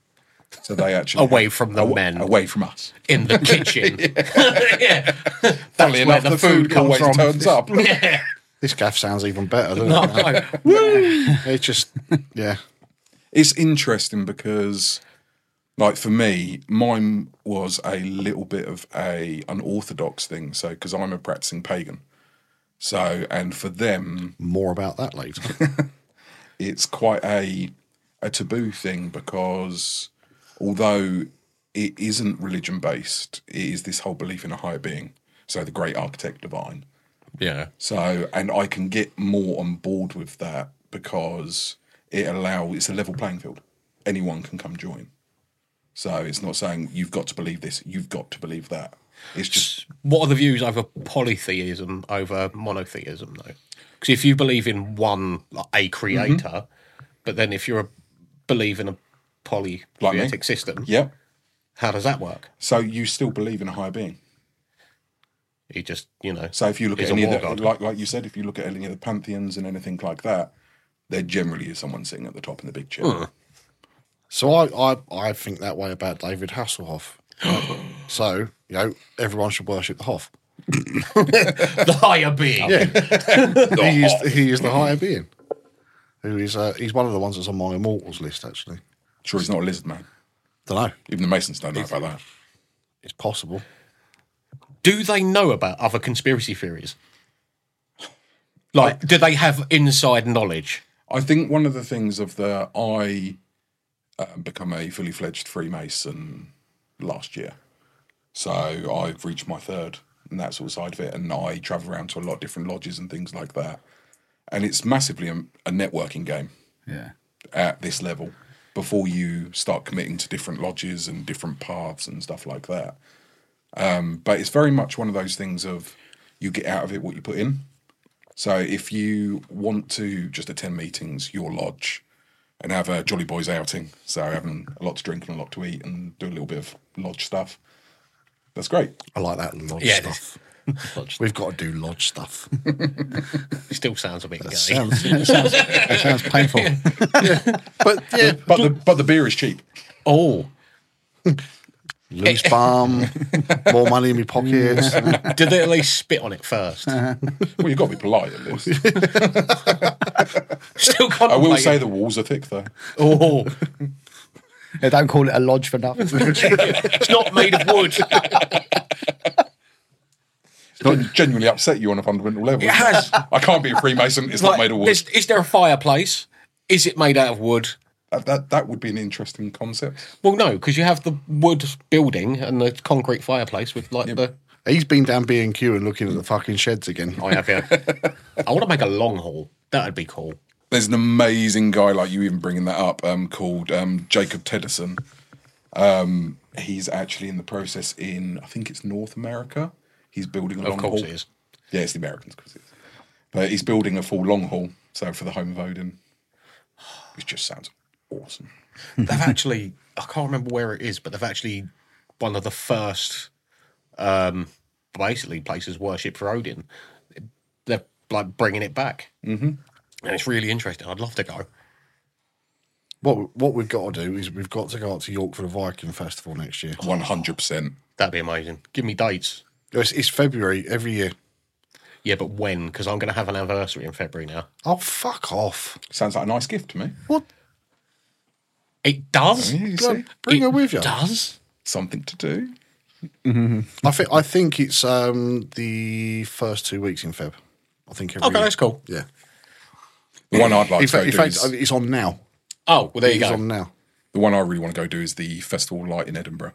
C: So they actually.
B: Away from the
C: aw-
B: men.
C: Away from us.
B: In the kitchen. yeah. That's
C: Funnily enough, the, food, always turns up.
B: yeah.
A: This gaff sounds even better, doesn't
B: No,
A: it?
B: no.
A: It's just, yeah.
C: it's interesting because like for me mine was a little bit of a unorthodox thing so because i'm a practicing pagan so and for them
A: More about that later.
C: it's quite a a taboo thing because although it isn't religion based it is this whole belief in a higher being so the great architect divine
B: Yeah.
C: so, and I can get more on board with that because it allows it's a level playing field. Anyone can come join. So it's not saying you've got to believe this, you've got to believe that. It's just
B: What are the views over polytheism over monotheism though? Because if you believe in one, like, a creator, but then if you're a believe in a polytheistic
C: Like me.
B: system,
C: yeah.
B: how does that work?
C: So you still believe in a higher being.
B: You just, you know.
C: So if you look
B: He's
C: at
B: a
C: any
B: war
C: of the,
B: god.
C: like like you said, if you look at any of the pantheons and anything like that, there generally is someone sitting at the top in the big chair.
A: So I, I, I think that way about David Hasselhoff. so, you know, everyone should worship the Hoff.
B: the higher being.
A: Yeah. he, is, he is the higher being. Who is, uh, he's one of the ones that's on my Immortals list, actually.
C: Sure, he's not a lizard man.
A: Don't know.
C: Even the Masons don't know about that.
A: It's possible.
B: Do they know about other conspiracy theories? Like, do they have inside knowledge?
C: I think one of the things of the I uh, become a fully fledged Freemason last year, so I've reached my third and that sort of side of it, and I travel around to a lot of different lodges and things like that, and it's massively a, a networking game
D: Yeah.
C: at this level before you start committing to different lodges and different paths and stuff like that. Um, but it's very much one of those things of you get out of it what you put in. So if you want to just attend meetings, your lodge, and have a Jolly Boys outing, so having a lot to drink and a lot to eat and do a little bit of lodge stuff, that's great.
A: I like that lodge
B: Yeah, this-
A: stuff. We've got to do lodge stuff.
B: Still sounds a bit gay.
A: Sounds,
D: Sounds painful.
A: but yeah,
C: But the but the beer is cheap.
B: oh,
A: Loose bum, more money in my pockets.
B: Did they at least spit on it first?
C: Well, you've got to be polite at least.
B: Still can't.
C: I will say the walls are thick though.
B: Oh,
D: They don't call it a lodge for nothing.
B: it's not made of wood.
C: It's not genuinely upset you on a fundamental level.
B: It
C: is
B: has.
C: I can't be a Freemason. It's not made of wood.
B: Is, is there a fireplace? Is it made out of wood?
C: That, Uh, that that would be an interesting concept.
B: Well, no, because you have the wood building and the concrete fireplace with like the.
A: He's been down B and Q and looking at the fucking sheds again.
B: I have here. I want to make a long haul. That'd be cool.
C: There's an amazing guy like you even bringing that up um, called um, Jacob Tedderson. Um, he's actually in the process in I think it's North America. He's building a
B: Of
C: long
B: course
C: haul.
B: it is.
C: Yeah, it's the Americans, of course it is. But he's building a full long haul, so for the home of Odin, which just sounds awesome.
B: They've actually. I can't remember where it is, but they've actually one of the first, um, basically places worshipped for Odin. They're like bringing it back, mm-hmm. and it's really interesting. I'd love to go.
A: What what we've got to do is we've got to go up to York for the Viking Festival next
B: Oh.
A: year.
C: One hundred percent.
B: That'd be amazing. Give me dates.
A: It's, it's February every year.
B: Yeah, but when? Because I'm going to have an anniversary in February now.
A: Oh fuck off!
C: Sounds like a nice gift to me.
A: What?
B: It does.
C: Yeah, you see,
A: Bring
B: it
A: her with you.
B: Does
C: something to do.
A: I think I think it's um the first two weeks in Feb. I think every
B: okay,
A: year.
B: that's cool.
A: Yeah.
C: The one I'd like
A: In
C: to go
A: fact, in
C: do
A: fact, uh,
C: is,
A: it's on now.
B: Oh, well, there you
A: It's
B: go.
A: on now.
C: the one I really want to go do is the Festival of Light in Edinburgh.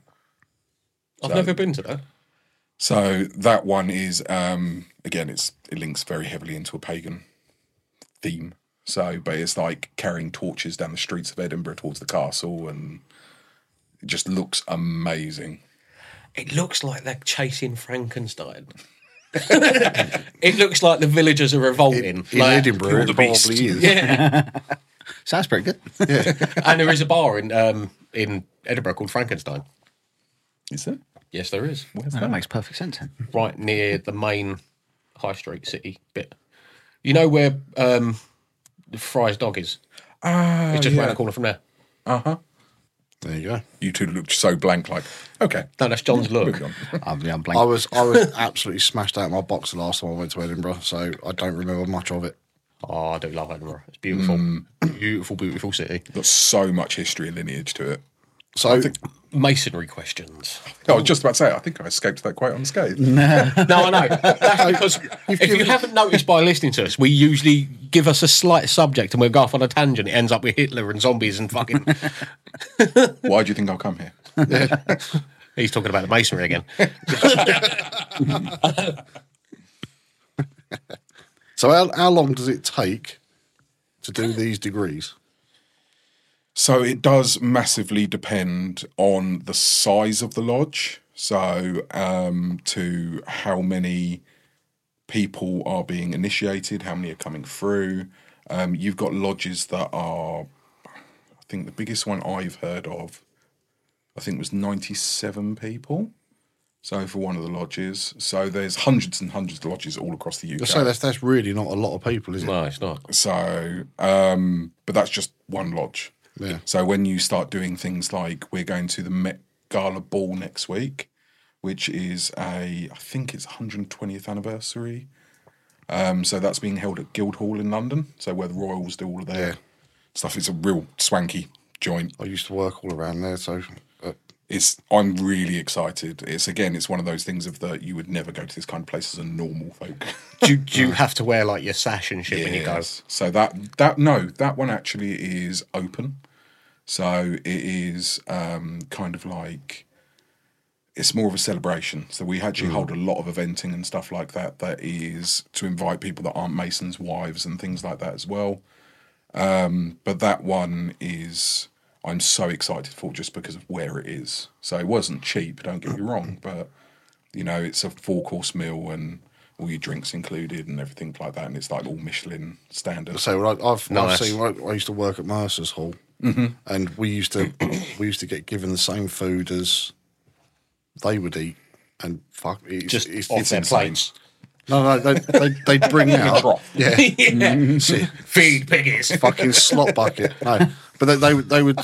B: I've never been to that.
C: So that one is um, again, it's it links very heavily into a pagan theme. So, but it's like carrying torches down the streets of Edinburgh towards the castle, and it just looks amazing.
B: It looks like they're chasing Frankenstein. it looks like the villagers are revolting.
A: In
B: Mm. like-
A: Edinburgh, it probably
C: beast.
A: is.
B: Yeah,
D: Sounds pretty good.
B: and there is a bar in um, in Edinburgh called Frankenstein.
C: Is it?
B: Yes, there is.
D: That makes perfect sense. Then.
B: Right near the main high street city bit. You know where um, Fry's dog is?
C: Ah,
A: Oh,
B: It's just
C: yeah.
B: round the corner from there.
C: Uh huh.
A: There you go.
C: You two looked so blank. Like, okay,
B: No, that's John's look.
C: moving on.
D: I'm, yeah, I'm
A: I
D: blank.
A: was I was absolutely smashed out of my box the last time I went to Edinburgh, so I don't remember much of it.
B: Oh, I do love Edinburgh. It's beautiful. Beautiful, beautiful city.
C: Got so much history and lineage to it. Oh,
A: So
B: Masonry questions.
C: I was just about to say, I think I escaped that quite unscathed.
B: No, I know. That's because if you haven't noticed by listening to us, we usually give us a slight subject and we go off on a tangent. It ends up with Hitler and zombies and fucking.
C: Why do you think I'll come here?
B: He's talking about the masonry again.
A: so how, how long does it take to do these degrees?
C: So it does massively depend on the size of the lodge. So um, to how many people are being initiated, how many are coming through. Um, you've got lodges that are, I think the biggest one I've heard of, I think was 97 people. So for one of the lodges, so there's hundreds and hundreds of lodges all across the UK.
A: So that's that's really not a lot of people, is it?
B: No, it's not.
C: So, um, but that's just one lodge.
A: Yeah.
C: So when you start doing things like we're going to the Met Gala Ball next week, which is a I think it's 120th anniversary. Um, so that's being held at Guildhall in London. So where the Royals do all of their
A: Yeah.
C: stuff. It's a real swanky joint.
A: I used to work all around there, so uh,
C: It's I'm really excited. It's again, it's one of those things of the you would never go to this kind of place as a normal folk.
B: Do, you- do you have to wear like your sash and shit when you go?
C: Yes. So that that no, that one actually is open. So it is um, kind of like it's more of a celebration. So we actually hold a lot of eventing and stuff like that. That is to invite people that aren't masons' wives and things like that as well. Um, but that one is I'm so excited for just because of where it is. So it wasn't cheap. Don't get me wrong, but you know it's a four course meal and all your drinks included and everything like that, and it's like all Michelin standard.
A: so when I, I've,
B: Nice. Mm-hmm.
A: I've seen. I, I used to work at Mercer's Hall, and we used to we used to get given the same food as they would eat, and fuck, it's,
B: Just
A: it's,
B: off
A: it's
B: their
A: insane.
B: plates.
A: No, no, they they they'd bring out
C: Trough.
A: yeah,
B: yeah. Mm. Feed piggies.
A: fucking slot bucket. No, but they, they would- they would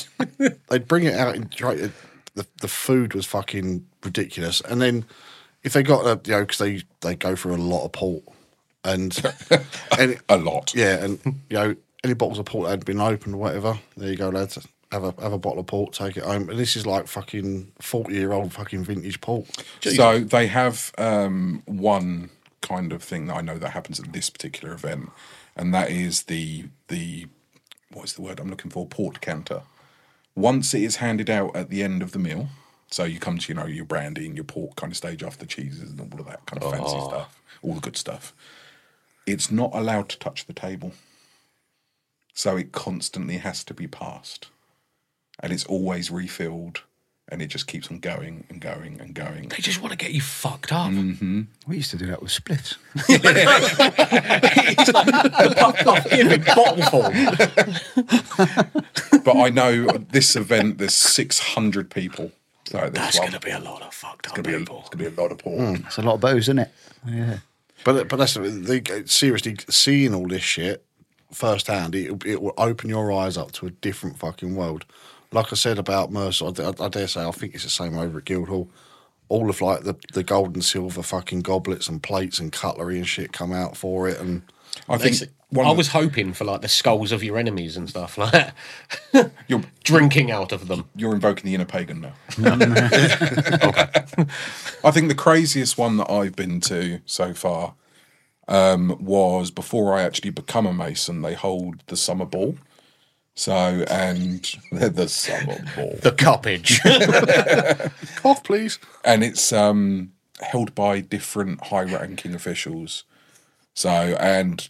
A: they'd bring it out in dra- the the food was fucking ridiculous. And then if they got a you know because they they go through a lot of port and and
C: A lot.
A: yeah, and you know, any bottles of port that had been opened or whatever, there you go, lads. Have a have a bottle of port, take it home. And this is like fucking forty year old fucking vintage port.
C: So they have um, one kind of thing that I know that happens at this particular event, and that is the the what is the word I'm looking for? Port canter. Once it is handed out at the end of the meal, so you come to you know your brandy and your port kind of stage after the cheeses and all of that kind of fancy stuff, all the good stuff. It's not allowed to touch the table, so it constantly has to be passed and it's always refilled and it just keeps on going and going and going.
B: They just want to get you fucked up.
D: We used to do that with spliffs.
B: It's like the puff puff in a bottle form.
C: but I know at this event there's 600 people. So there's
B: That's
C: one-
B: going to be a lot of fucked up
C: gonna be a,
B: people.
C: it's gonna be a lot of pork.
D: That's a lot of booze, isn't it? Yeah.
A: But but that's they, seriously seeing all this shit firsthand. It it will open your eyes up to a different fucking world. Like I said about Mercer, I, d- I dare say I think it's the same over at Guildhall. All of like the, the gold and silver fucking goblets and plates and cutlery and shit come out for it, and
C: I
B: They
C: think
B: s-
C: one
B: I
C: of the-
B: was hoping for like the skulls of your enemies and stuff like that.
C: you're
B: drinking out of them.
C: you're invoking the inner pagan now. I think the craziest one that I've been to so far um, was before I actually become a mason. They hold the summer ball. So and the summer ball.
B: The cuppage.
A: cough please.
C: and it's um, held by different high-ranking officials. So, and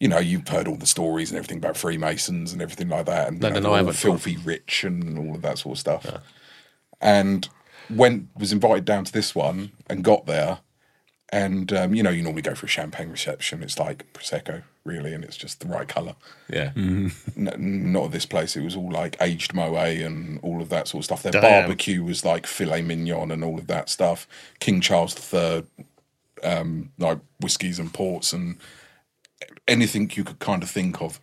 C: you know, you've heard all the stories and everything about Freemasons and everything like that, and
B: No,
C: you
B: no,
C: know,
B: no,
C: they're
B: I
C: all
B: haven't.
C: filthy rich and all of that sort of stuff. And went was invited down to this one and got there, and um, you know, you normally go for a champagne reception. It's like prosecco, really, and it's just the right color
B: yeah. Mm-hmm.
C: n- not at this place. It was all like aged moe and all of that sort of stuff. Their
B: Damn.
C: barbecue was like filet mignon and all of that stuff. King Charles III, um, like whiskies and ports and anything you could kind of think of.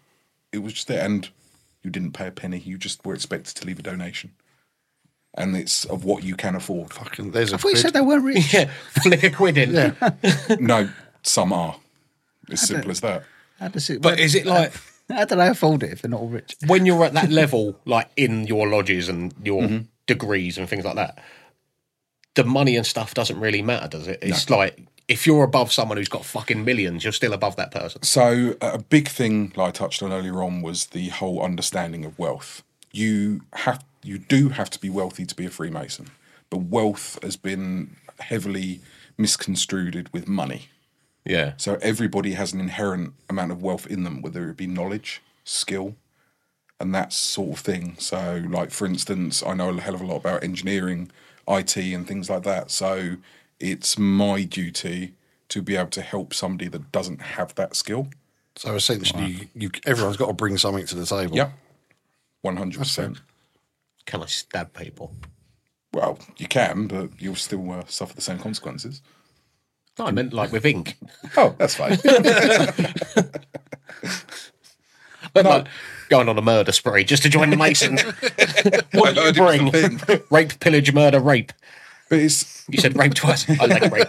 C: It was just there, and you didn't pay a penny. You just were expected to leave a donation, and it's of what you can afford.
A: Fucking there's a
D: I thought you
A: quid.
D: said they weren't rich.
B: Yeah. Flick a quid in.
C: no, some are. It's simple as that.
D: How does it?
B: But is it like
D: how do they afford it if they're not all rich?
B: when you're at that level, like in your lodges and your degrees and things like that, the money and stuff doesn't really matter, does it? It's like if you're above someone who's got fucking millions, you're still above that person.
C: So a big thing like I touched on earlier on was the whole understanding of wealth. You have you do have to be wealthy to be a Freemason, but wealth has been heavily misconstrued with money.
B: Yeah.
C: So everybody has an inherent amount of wealth in them, whether it be knowledge, skill, and that sort of thing. So, like for instance, I know a hell of a lot about engineering, IT, and things like that. So, it's my duty to be able to help somebody that doesn't have that skill.
A: So essentially, you, everyone's got to bring something to the table.
C: Yep. One hundred percent.
B: Can I stab people?
C: Well, you can, but you'll still uh, suffer the same consequences.
B: No, I meant like with ink.
C: Oh, that's fine.
B: Like, going on a murder spree just to join the Masons. what do you
C: Bring.
B: bring? Rape, pillage, murder, rape.
C: But it's
B: You said rape twice. I like rape.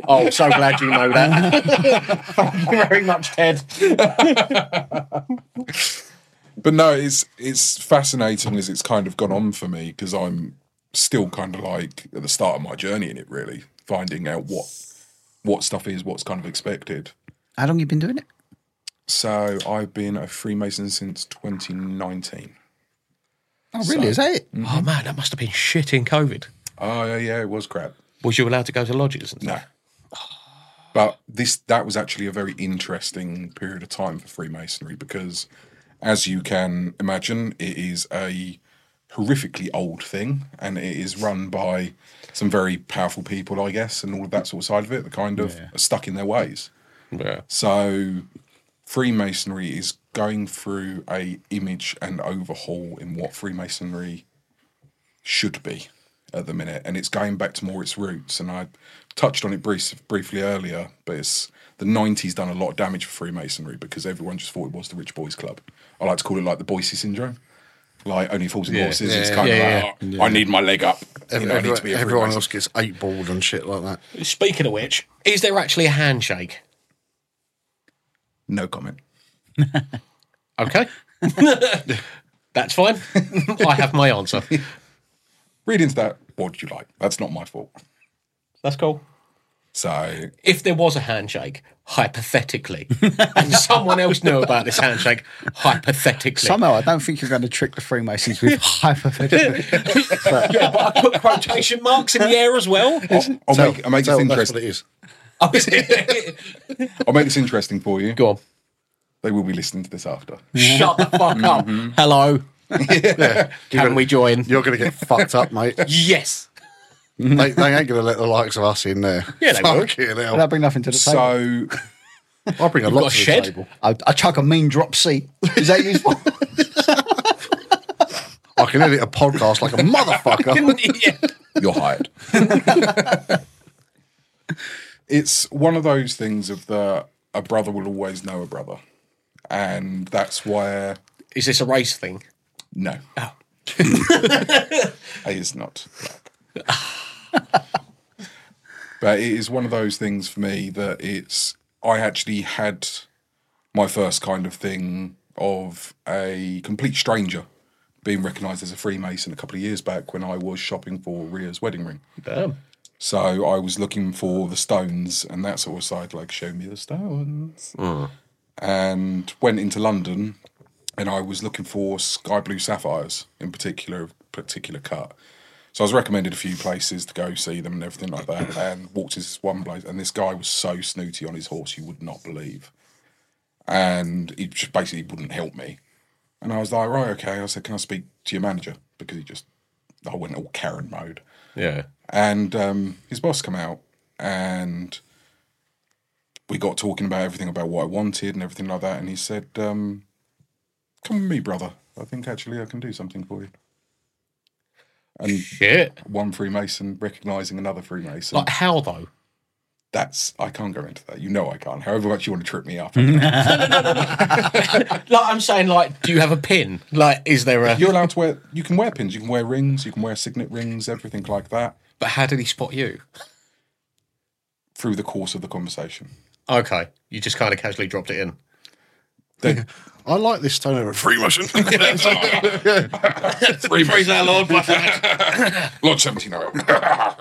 B: oh, so glad you know that. Thank you very much, Ted.
C: but no, it's it's fascinating as it's kind of gone on for me because I'm still kind of like at the start of my journey in it, really finding out what what stuff is, what's kind of expected.
D: How long you been doing it?
C: So I've been a Freemason since 2019.
D: Oh, really? is that it?
B: Oh man, that must have been shit in COVID.
C: Oh yeah, yeah, it was crap.
B: Was you allowed to go to lodges? And
C: No. But this that was actually a very interesting period of time for Freemasonry because as you can imagine, it is a horrifically old thing and it is run by some very powerful people, I guess, and all of that sort of side of it, the kind of are stuck in their ways.
B: Yeah.
C: So Freemasonry is going through a image and overhaul in what Freemasonry should be at the minute, and it's going back to more its roots. And I touched on it brief, briefly earlier, but it's the '90s done a lot of damage for Freemasonry because everyone just thought it was the rich boys' club. I like to call it like the Boise syndrome. like only fools and
B: Yeah.
C: horses. It's
A: Yeah,
C: kind
B: yeah,
C: of like, oh, I need my leg up. You know, I need to be a free
A: everyone
C: racer.
A: else gets eight balled and shit like that.
B: Speaking of which, is there actually a handshake?
C: No comment.
B: Okay. That's fine. I have my answer.
C: Read into that what you like. That's not my fault.
B: That's cool.
C: So
B: If there was a handshake, hypothetically, and someone else knew about this handshake, hypothetically.
D: Somehow, I don't think you're going to trick the Freemasons with hypothetical.
B: yeah, but I put quotation marks in the air as well.
C: I'll, I'll make, I'll, make
A: So
C: this
A: that's what
C: interesting.
A: it is.
B: Oh, is it?
C: I'll make this interesting for you.
B: Go on.
C: They will be listening to this after.
B: Shut the fuck up. Hello. Can we join?
A: You're going to get fucked up, mate.
B: Yes.
A: They, they ain't going to let the likes of us in there.
B: Yeah, they will.
A: Fucking hell.
D: That'll bring nothing to the table.
C: So
A: I'll bring a
B: got
A: lot
B: a
A: to the
B: shed?
A: table.
D: I, I chuck a mean drop C. Is that useful?
A: I can edit a podcast like a
B: Oh.
A: motherfucker.
B: Yeah.
C: you're hired. it's one of those things of the a brother will always know a brother, and that's where
B: Is this a race thing?
C: no, it is not. but it is one of those things for me that it's I actually had my first kind of thing of a complete stranger being recognised as a Freemason a couple of years back when I was shopping for Ria's wedding ring.
B: Damn.
C: So I was looking for the stones and that sort of side, like show me the stones. And went into London and I was looking for sky blue sapphires in particular particular cut. So I was recommended a few places to go see them and everything like that. And walked into this one place and this guy was so snooty on his horse you would not believe. And he just basically wouldn't help me. And I was like, right, okay. I said, Can I speak to your manager? Because he just I went all Karen mode
B: Yeah.
C: and um, his boss come out and we got talking about everything about what I wanted and everything like that and he said um, come with me brother I think actually I can do something for you and
B: Shit.
C: one Freemason recognizing another Freemason
B: Like, how though?
C: that's I can't go into that you know I can't however much you want to trip me up you're
B: Like, I'm saying, like, do you have a pin? Like, is there a.
C: allowed to wear you can wear pins you can wear rings you can wear signet rings everything like that
B: But how did he spot you?
C: through the course of the conversation
B: Okay. You just kind of casually dropped it in.
A: I like this tone of free motion.
B: Praise our Lord.
C: Lodge 1708.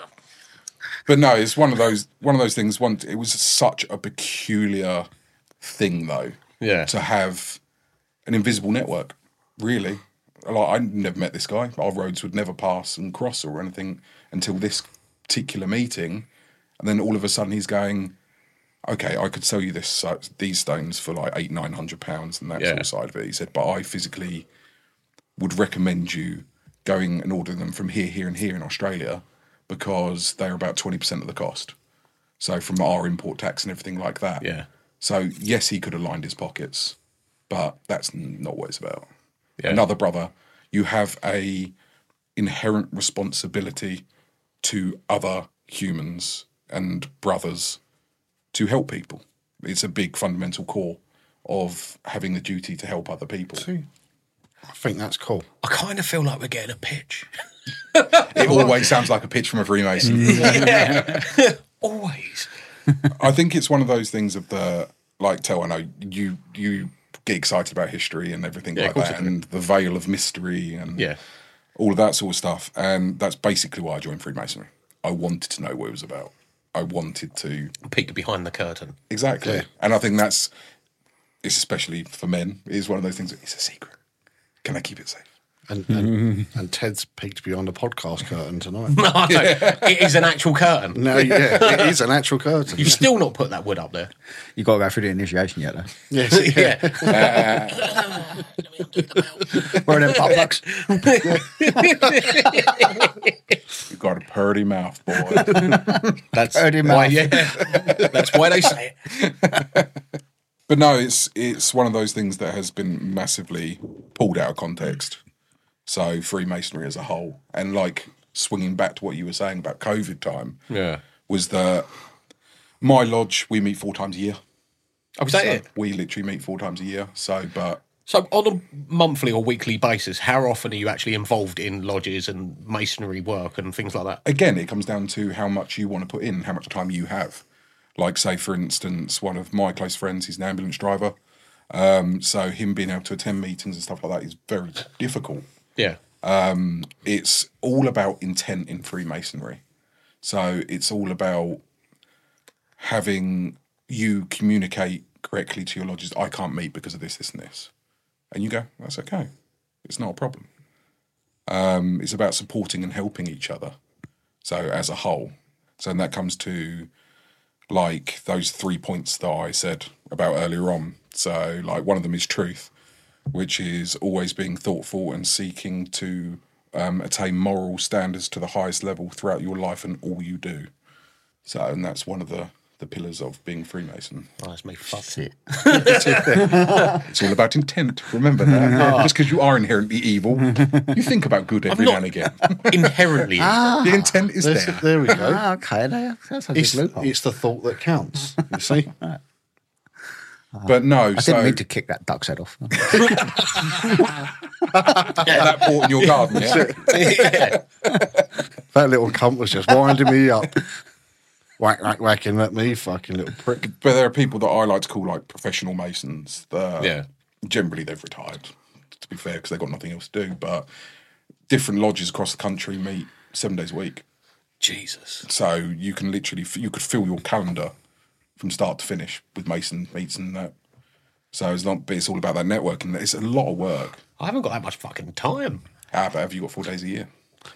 C: but no, it's one of those one of those things. One, it was such a peculiar thing though
B: yeah.
C: to have an invisible network. Really, like I never met this guy. Our roads would never pass and cross or anything until this particular meeting, and then all of a sudden he's going. Okay, I could sell you this uh, these stones for like eight nine hundred pounds and that
B: Yeah.
C: sort of side of it. He said, but I physically would recommend you going and ordering them from here, here, and here in Australia because they're about 20% of the cost. So, from our import tax and everything like that.
B: Yeah.
C: So, yes, he could have lined his pockets, but that's n- not what it's about.
B: Yeah.
C: Another brother, you have a inherent responsibility to other humans and brothers to help people. It's a big fundamental core of having the duty to help other people.
A: I think that's cool.
B: I kind of feel like we're getting a pitch.
C: It always sounds like a pitch from a Freemason.
B: Always.
C: I think it's one of those things of the like. Tell I know you you get excited about history and everything
B: Yeah, of
C: like
B: course
C: that,
B: I do.
C: and the veil of mystery and
B: Yeah.
C: all of that sort of stuff. And that's basically why I joined Freemasonry. I wanted to know what it was about. I wanted to
B: Peek behind the curtain.
C: exactly, and I think that's it's especially for men. It is one of those things. It's a secret. Can I keep it safe?
A: And and, and Ted's peeked beyond the podcast curtain tonight.
B: No, I don't. It is an actual curtain.
A: No, yeah, it is an actual curtain.
B: You've still not put that wood up there.
D: you got to go through the initiation yet, though.
A: Yes,
B: Yeah.
D: Where are them butt plugs?
C: You've got a purty mouth, boy.
B: That's
D: Heard him
B: why,
D: out.
B: yeah. That's why they say it.
C: But no, it's it's one of those things that has been massively pulled out of context. So Freemasonry as a whole, and like swinging back to what you were saying about COVID time,
B: Yeah.
C: was that my lodge we meet four times a year.
B: Oh, was that
C: So
B: it?
C: We literally meet four times a year. So, but
B: So, on a monthly or weekly basis, how often are you actually involved in lodges and masonry work and things like that?
C: again, it comes down to how much you want to put in, how much time you have. Like, say, for instance, one of my close friends, he's an ambulance driver. Um, so, him being able to attend meetings and stuff like that is very difficult.
B: Yeah.
C: It's all about intent in Freemasonry. So, it's all about having you communicate correctly to your lodges I can't meet because of this, this, and this. And you go, that's okay. It's not a problem. Um, it's about supporting and helping each other. So as a whole. So and that comes to like those three points that I said about earlier on. So like one of them is truth, which is always being thoughtful and seeking to um, attain moral standards to the highest level throughout your life and all you do. So and that's one of the the pillars of being Freemason.
B: Oh, that's me fucked.
C: It's all about intent. Remember
D: Ah.
C: that. Just because you are inherently evil, you think about good every
B: not-
C: now and again.
B: Inherently.
A: Ah.
C: the intent is
A: There's-
C: there.
A: there we go.
D: Ah, okay, that- that's a good
A: It's,
D: loophole.
A: it's the thought that counts. You see,
C: But no,
D: I
C: so
D: didn't mean to kick that duck's head off.
C: at that port in your garden, yeah.
B: yeah.
A: that little cunt was just winding me up, whack, whack, whacking at me, fucking little prick.
C: But there are people that I like to call like professional masons. That
B: Yeah.
C: generally they've retired. To be fair, because they've got nothing else to do. But different lodges across the country meet seven days a week,
B: Jesus.
C: so you can literally you could fill your calendar from start to finish with mason meets and that. So it's not, but it's all about that networking. It's a lot of work.
B: I haven't got that much fucking time.
C: Have have you got four days a year?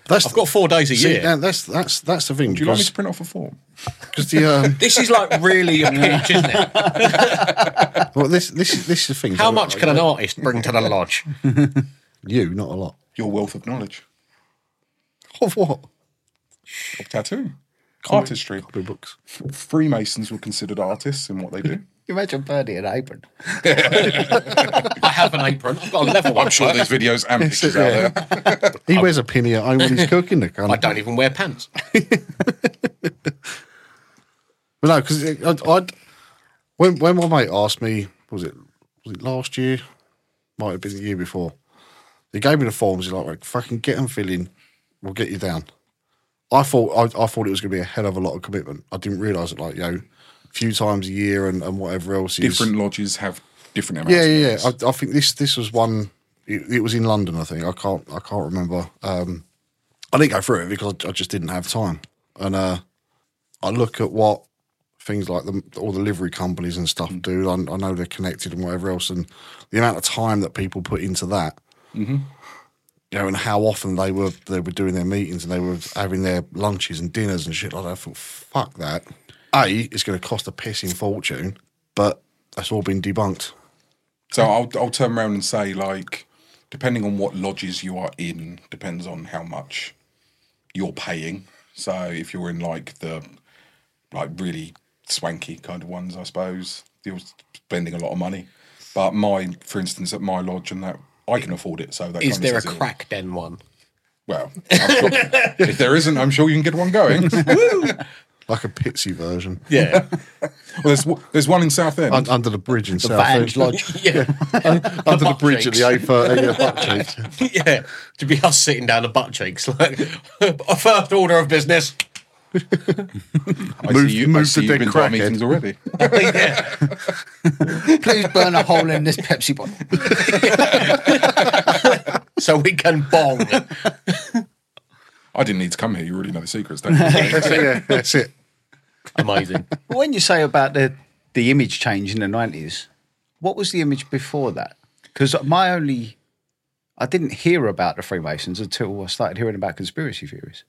A: That's
B: I've got four days a
A: see,
B: year.
A: now that's that's that's the thing
C: Do you like me
A: because
C: to print off a form?
A: because the um,
B: This is like really a pitch, isn't it?
A: well this this is this is the thing.
B: How much can an artist bring to the lodge?
A: you? Not a lot.
C: Your wealth of knowledge
A: Of what?
C: of tattoo, artistry.
A: Copy books.
C: Freemasons were considered artists in what they do.
D: Imagine Birdie in an apron.
B: I have an apron. I've got a level one.
C: I'm sure there's videos and pictures out there.
A: He wears a pinny at home when he's cooking the cunt.
B: I don't even wear pants.
A: But no, because I, I when when my mate asked me, was it was it last year? Might have been the year before. He gave me the forms. He's like, right, "Fucking get them filling. We'll get you down." I thought I, I thought it was going to be a hell of a lot of commitment. I didn't realise that, like, you know, a few times a year and, and whatever else. is-
C: different lodges have different amounts.
A: Yeah,
C: of
A: yeah,
C: days.
A: yeah. I, I think this this was one. It, it was in London, I think. I can't I can't remember. Um, I didn't go through it because I just didn't have time. And uh, I look at what things like the, all the livery companies and stuff do. I, I know they're connected and whatever else, and the amount of time that people put into that. You know, and how often they were they were doing their meetings and they were having their lunches and dinners and shit like that. I thought, fuck that. A, it's going to cost a pissing fortune, but that's all been debunked.
C: So I'll I'll turn around and say like, depending on what lodges you are in, depends on how much you're paying. So if you're in like the like really swanky kind of ones, I suppose you're spending a lot of money. But mine, for instance, at my lodge and that. I can afford it, so that
B: Is
C: kinda
B: there a
C: says it all.
B: crack den one?
C: Well, I'm sure, if there isn't, I'm sure you can get one going. well,
A: like a pitsy version
B: Yeah.
C: there's there's one in Southend.
A: Un- under the bridge in South
D: Vange Lodge.
B: yeah.
A: under the
B: butt
A: bridge at
B: cheeks.
A: the A30 yeah, butt cheeks.
B: yeah. To be us sitting down the butt cheeks. Like, our first order of business.
C: I
A: Move-
C: see you, I
A: move
C: see
A: the dead
C: you've been to our
A: crackhead.
C: meetings already.
B: yeah.
D: Please burn a hole in this Pepsi bottle.
B: So we can bong.
C: I didn't need to come here. You already know the secrets, don't you?
A: yeah, that's it.
B: Amazing.
D: When you say about the the image change in the nineties, what was the image before that? Because my only, I didn't hear about the Freemasons until I started hearing about conspiracy theories.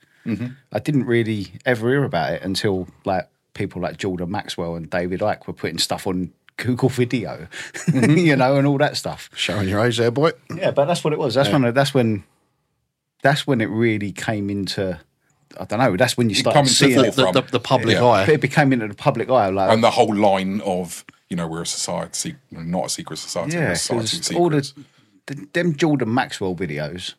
D: I didn't really ever hear about it until like people like Jordan Maxwell and David Icke were putting stuff on Google Video, you know, and all that stuff.
A: Showing your age there, boy.
D: Mm-hmm. Yeah, but that's what it was. That's when. That's when. That's when it really came into. I don't know. That's when you
C: come
D: started
C: into
D: seeing
C: the
D: it.
A: The, the, the public
C: Yeah.
A: eye.
D: It became into the public eye. Like
C: and the whole line of you know we're a society, not a secret society, we're
D: Yeah,
C: a society of
D: 'cause all
C: secrets.
D: the, the them Jordan Maxwell videos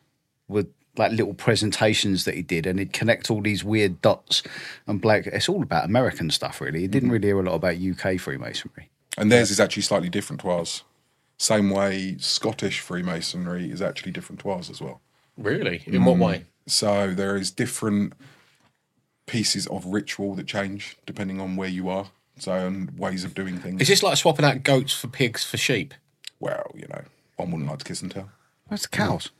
D: were like little presentations that he did, and he'd connect all these weird dots and black. It's all about American Mm-hmm. stuff, really. He didn't really hear a lot about UK Freemasonry.
C: and theirs is actually slightly different to ours. Same way, Scottish Freemasonry is actually different to ours as well.
B: Really? In what way?
C: So there is different pieces of ritual that change depending on where you are. So and ways of doing things.
B: Is this like swapping out goats for pigs for sheep
C: well, you know, I wouldn't like to kiss and tell.
D: Where's the cows?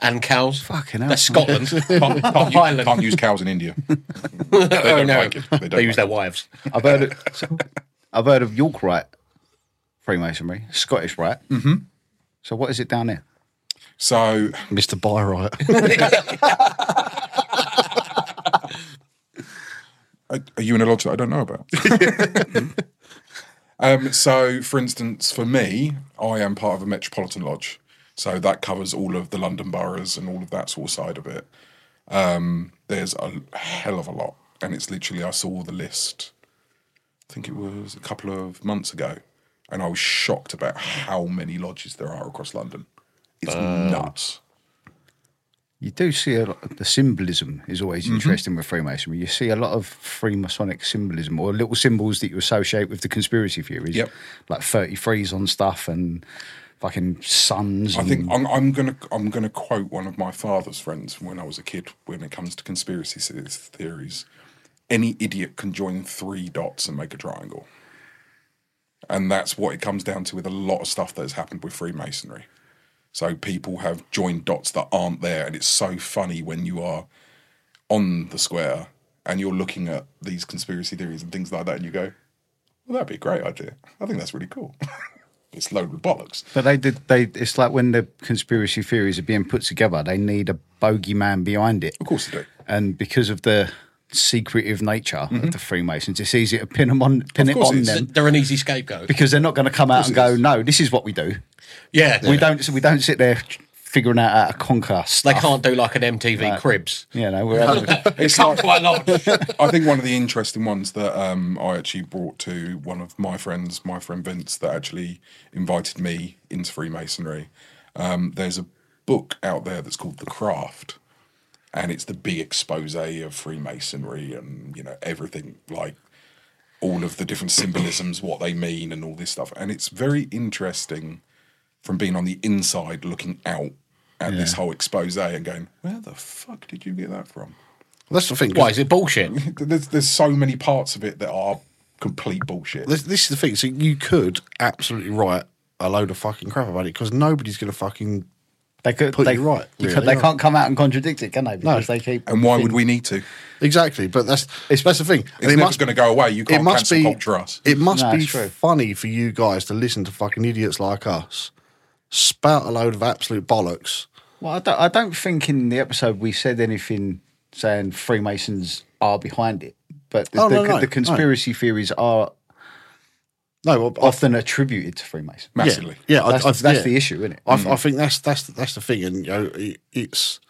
B: and cows?
D: Fucking hell.
B: That's Scotland. Oh,
C: Can't, can't, use,
B: Ireland.
C: can't use cows in India. They
B: oh
C: don't
B: no,
C: like it. They
B: they,
C: don't
B: use
C: like
B: their wives.
D: I've heard of, I've heard of York right Freemasonry, Scottish right. Mm-hmm. So what is it down there?
C: it. So
A: Mr. Byright.
C: Are are you in a lodge that I don't know about? um, so, for instance, for me, I am part of a metropolitan lodge, so that covers all of the London boroughs and all of that sort of side of it. Um, there's a hell of a lot, and it's literally I saw the list. I think it was a couple of months ago, and I was shocked about how many lodges there are across London. It's nuts.
D: You do see a lot, the symbolism is always
C: Mm-hmm.
D: interesting with Freemasonry. You see a lot of Freemasonic symbolism or little symbols that you associate with the conspiracy theories,
C: Yep.
D: like 33s on stuff and fucking suns.
C: I
D: and-
C: think I'm, I'm gonna I'm gonna quote one of my father's friends from when I was a kid. When it comes to conspiracy se- theories, any idiot can join three dots and make a triangle, and that's what it comes down to with a lot of stuff that has happened with Freemasonry. So people have joined dots that aren't there, and it's so funny when you are on the square and you're looking at these conspiracy theories and things like that, and you go, "Well, that'd be a great idea. I think that's really cool." it's loaded with bollocks.
D: But they did. They it's like when the conspiracy theories are being put together, they need a bogeyman behind it.
C: Of course they do.
D: and because of the secretive nature of the Freemasons, it's easy to pin them on, pin it
C: Mm-hmm. course
D: on
C: it is.
D: them
B: They're an easy scapegoat.
D: because they're not going to come out and go, "No, this is what we do."
B: Yeah,
D: We don't. We don't sit there figuring out how to conquer
B: They
D: stuff.
B: can't do like an MTV Cribs.
D: You know, we're having a-
B: It's not quite large.
C: I think one of the interesting ones that um, I actually brought to one of my friends, my friend Vince, that actually invited me into Freemasonry. Um, there's a book out there that's called The Craft, and it's the big expose of Freemasonry and you know everything like all of the different symbolisms, what they mean, and all this stuff. And it's very interesting from being on the inside looking out at this whole expose and going, where the fuck did you get that from?
A: That's the thing.
B: Why is it bullshit?
C: there's there's so many parts of it that are complete bullshit.
A: This, this is the thing. So you could absolutely write a load of fucking crap about it because nobody's going to fucking.
D: they could.
A: Put
D: they,
A: you right,
D: you
A: really,
D: could- they
A: yeah.
D: can't come out and contradict it, can they? Because they keep.
C: and why would we need to?
A: Exactly, but that's it's, that's the thing. And
C: It's never going to go away. You can't
A: it must
C: cancel
A: be
C: culture us.
A: It must
D: No,
A: be
D: it's true.
A: funny for you guys to listen to fucking idiots like us spout a load of absolute bollocks.
D: Well, I don't, I don't think in the episode we said anything saying Freemasons are behind it, but the,
A: Oh,
D: the,
A: no, no,
D: the
A: no.
D: conspiracy theories are
A: No, well, I,
D: often attributed to Freemasons.
C: Massively.
A: yeah, yeah, I-
D: That's,
A: I-
D: that's
A: yeah.
D: the issue, isn't it?
A: I, I think that's that's that's the thing, and you know, it, it's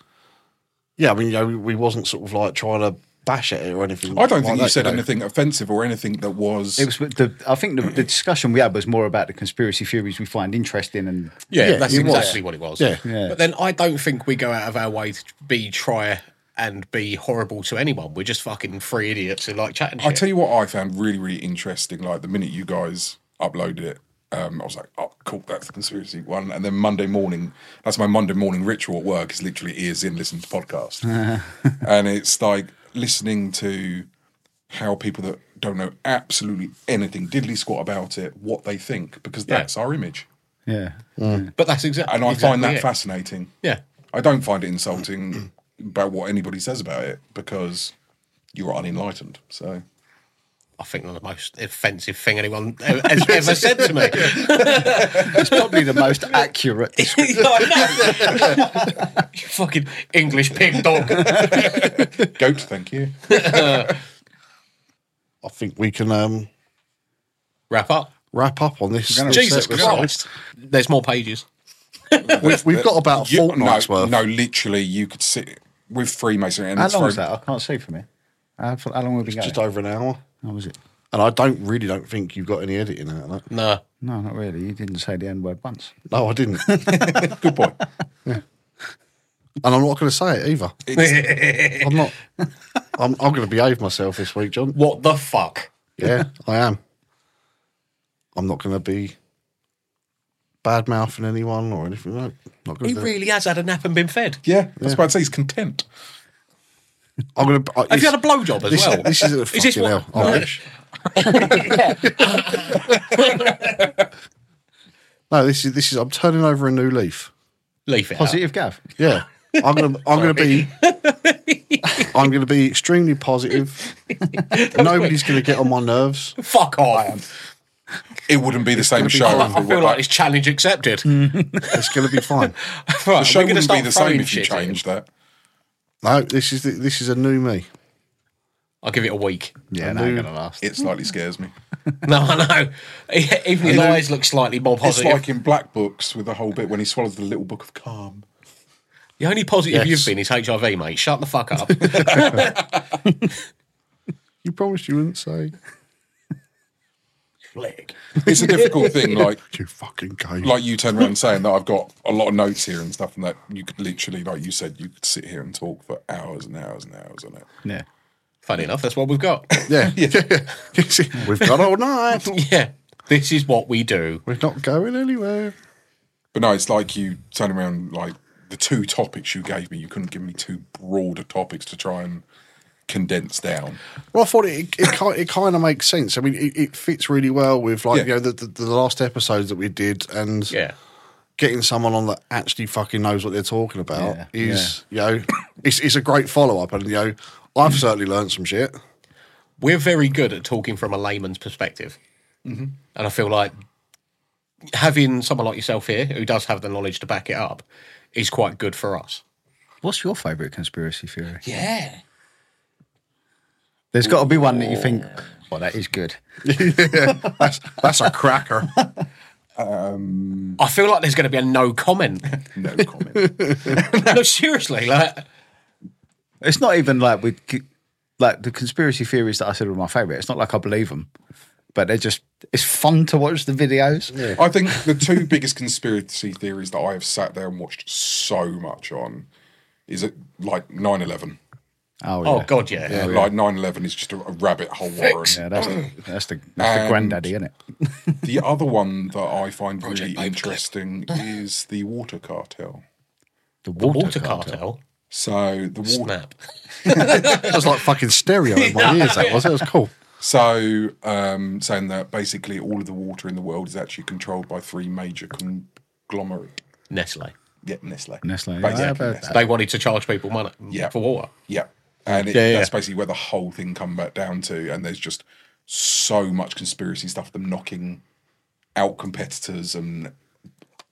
A: yeah. I mean, you know, we, we wasn't sort of like trying to bash at it or anything.
C: I don't
A: like
C: think you
A: that,
C: said
A: know.
C: anything offensive or anything that was.
D: It was with the. I think the, the discussion we had was more about the conspiracy theories we find interesting, and
B: Yeah,
A: Yeah,
B: that's
A: it was.
B: exactly what it was.
A: Yeah.
D: Yeah.
B: But then I don't think we go out of our way to be try and be horrible to anyone. We're just fucking free idiots who like chatting. Shit.
C: I tell you what, I found really really interesting. Like the minute you guys uploaded it, um, I was like, oh, cool, that's the conspiracy one. And then Monday morning, that's my Monday morning ritual at work. Is literally ears in, listen to podcast, and it's like listening to how people that don't know absolutely anything diddly squat about it, what they think, because
B: Yeah.
C: that's our image.
D: yeah,
B: but that's exactly.
C: and I find that
B: it.
C: fascinating.
B: Yeah.
C: I don't find it insulting about what anybody says about it because you're unenlightened. So
B: I think the most offensive thing anyone e-, has ever said to me.
D: it's probably the most accurate. description.
B: I know. you fucking English pig dog.
C: goat, thank you.
A: I think we can um,
B: Wrap up.
A: wrap up on this.
D: gonna-
B: Jesus
A: set with-
B: Christ. There's more pages.
A: We've, we've got about a
C: You-
A: fortnight's
C: no,
A: worth.
C: no, literally, you could sit with Freemasonry and
D: How
C: it's
D: long was
C: very-
D: that? I can't see from here. How, how long have we been
A: just
D: going?
A: over an hour.
D: How was it?
A: And I don't really don't think you've got any editing out of that.
B: No.
D: No, not really. You didn't say the N word once.
A: No, I didn't. and
C: Good boy.
A: I'm not going to say it either.
C: It's,
A: I'm not. I'm, I'm going to behave myself this week, John.
B: What the fuck?
A: Yeah, I am. I'm not going to be bad mouthing anyone or anything. No, not gonna
B: He
A: do it.
B: really has had a nap and been fed.
C: Yeah, that's why I'd say he's content.
A: I'm gonna. I-
B: Have you
A: this-
B: had a blowjob as
A: this,
B: well?
A: This is a
B: Is
A: fucking
B: this
A: hell.
B: what-
A: I
B: No.
A: wish. No, this is this is. I'm turning over a new leaf.
B: Leaf it. out.
D: Positive, Gav.
A: Yeah, I'm gonna. I'm gonna be. I'm gonna be extremely positive. Nobody's gonna get on my nerves.
B: Fuck off.
C: It wouldn't be the same show.
B: I,
C: if
B: I
C: it
B: feel
C: were-
B: like it's challenge accepted.
A: It's gonna be fine.
B: Right,
C: Mm. the show
B: we're gonna
C: wouldn't be
B: start
C: the same
B: throwing
C: if you
B: shit in.
C: changed that.
A: No, this is the, this is a new me.
B: I'll give it a week.
D: Yeah,
A: I
D: no,
A: knew-
D: gonna last.
C: It slightly scares me.
B: No, I know. E, Even his eyes look slightly more
C: It's
B: positive.
C: like in Black Books with the whole bit when he swallows the little book of calm.
B: the only positive
A: Yes.
B: you've been is HIV, mate. Shut the fuck up.
A: You promised you wouldn't say.
B: Leg.
C: It's a difficult thing, like
A: You fucking gay.
C: like you turn around and saying that I've got a lot of notes here and stuff, and that you could literally, like you said, you could sit here and talk for hours and hours and hours on it.
D: Yeah.
B: Funny enough, that's what we've got.
A: yeah. We've got all night.
B: yeah, this is what we do.
A: We're not going anywhere.
C: But no, it's like you turn around, like the two topics you gave me, you couldn't give me two broader topics to try and condense down.
A: Well, I thought it it, ki- it kind of makes sense. I mean, it, it fits really well with like
C: Yeah.
A: you know the, the, the last episodes that we did, and
B: Yeah.
A: getting someone on that actually fucking knows what they're talking about
D: Yeah.
A: is you know it's it's a great follow up, and you know I've certainly learned some shit.
B: We're very good at talking from a layman's perspective.
C: Mm-hmm.
B: And I feel like having someone like yourself here who does have the knowledge to back it up is quite good for us.
D: What's your favourite conspiracy theory?
B: Yeah.
D: There's got to be one that you think, well, that is good.
A: That's that's a cracker.
B: I feel like there's going to be a no comment.
C: No comment.
B: no, seriously. Like,
D: It's not even like we, like the conspiracy theories that I said were my favourite. It's not like I believe them, but they're just, it's fun to watch the videos. Yeah.
C: I think the two biggest conspiracy theories that I have sat there and watched so much on is it like 9 11.
D: Oh, yeah.
B: oh, God, yeah.
C: Like 9 11 is just a, a rabbit hole warren.
D: Yeah, that's the, that's the, that's the granddaddy, isn't it?
C: The other one that I find really interesting is the water cartel.
D: The
B: Water, cartel.
C: So the water
B: Snap.
A: That was like fucking stereo in my ears. That was that was cool.
C: So, um, saying that basically all of the water in the world is actually controlled by three major conglomerate.
B: Nestle.
C: Yeah, Nestle.
D: Nestle, yeah,
C: Basically,
D: I've heard
C: Nestle.
B: They wanted to charge people money
C: Yeah.
B: for water.
C: Yeah. And it,
B: Yeah, yeah.
C: that's basically where the whole thing come back down to. And there's just so much conspiracy stuff, them knocking out competitors and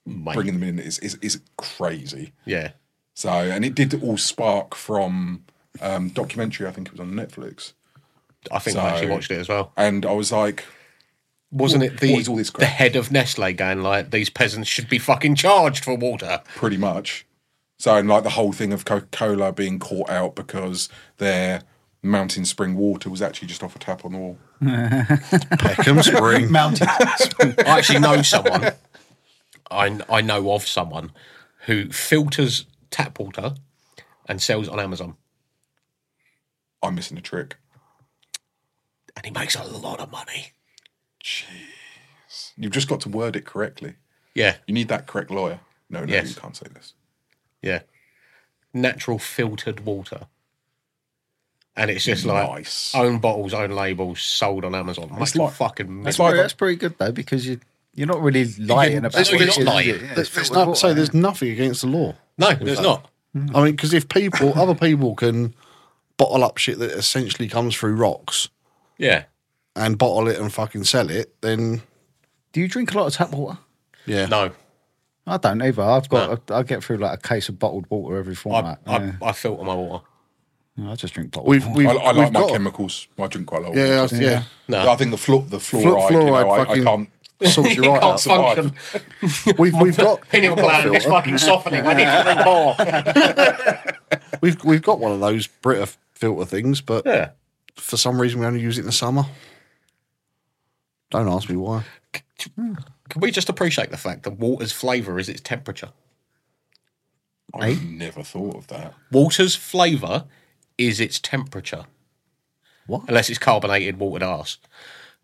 C: bringing them in is, is, is crazy.
B: Yeah.
C: So, and it did all spark from um, documentary, I think it was on Netflix.
B: I think I actually
C: So-
B: watched it as well.
C: And I was like,
B: Wasn't it the,
C: what is all this
B: the
C: crap?
B: head of Nestle going like these peasants should be fucking charged for water?
C: pretty much. So, and like the whole thing of Coca Cola being caught out because their mountain spring water was actually just off a tap on the wall.
A: Peckham Spring.
D: Mountain.
B: I actually know someone. I I know of someone who filters tap water and sells on Amazon,
C: I'm missing a trick.
B: and he makes a lot of money.
C: You've just got to word it correctly.
B: Yeah,
C: You need that correct lawyer. No, no,
B: Yes.
C: you can't say this.
B: yeah. Natural filtered water, and it's just like
C: Nice.
B: own bottles, own labels, sold on Amazon. Makes
C: like-
B: a fucking
C: That's
B: million.
C: like
D: that's pretty good though because you you're not really lying about
B: it's-
D: what
B: it's
D: it is,
B: lying.
D: is it? Yeah,
A: There's,
D: it's
A: there's
D: filtered
A: no, so
D: water.
A: there's nothing against the law.
B: no, there's not.
A: I mean, because if people, other people can bottle up shit that essentially comes through rocks
B: Yeah,
A: and bottle it and fucking sell it, then
D: Do you drink a lot of tap water?
A: yeah,
B: no.
D: I don't either. I've got I, I get through like a case of bottled water every
B: I,
D: fortnight.
B: I, I filter my water.
D: Yeah, I, just drink bottled.
A: we've,
D: water.
A: we've
C: I, I
A: we've
C: like my
A: got-
C: chemicals. I drink quite a lot. of
A: Yeah,
C: water.
A: yeah, yeah.
B: No.
C: I think the flu- the fluoride. you know,
A: fluoride
C: I, I
A: fucking-
C: can't.
A: sorts you right
B: Can't
A: out.
B: function.
A: We've we've got
B: Pineal
A: we've got, a
B: gland is
A: filter.
B: fucking softening. I need to drink more.
A: we've we've got one of those Brita filter things, but
B: Yeah.
A: for some reason we only use it in the summer. Don't ask me why.
B: Can we just appreciate the fact that water's flavour is its temperature?
C: I never thought of that.
B: Water's flavour is its temperature.
D: What?
B: Unless it's carbonated watered arse.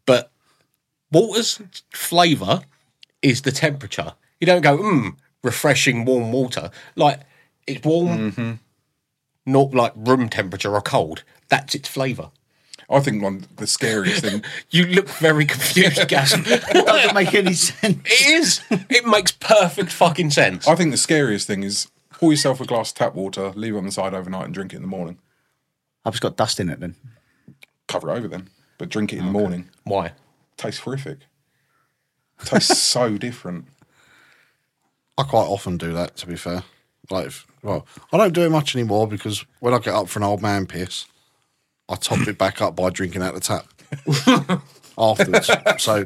B: But water's flavour is the temperature. You don't go, mm, refreshing warm water. Like it's warm, not like room temperature or cold. That's its flavour.
C: I think one of the scariest thing.
B: You look very confused, Gas. it
D: Doesn't make any sense.
B: is. It makes perfect fucking sense.
C: I think the scariest thing is pour yourself a glass of tap water, leave it on the side overnight, and drink it in the morning.
E: I've just got dust in it then.
C: Cover it over then, but drink it in the morning.
B: Why?
C: Tastes horrific. Tastes so different.
A: I quite often do that, to be fair. Like, if, well, I don't do it much anymore because when I get up for an old man piss, I top it back up by drinking out the tap afterwards. So,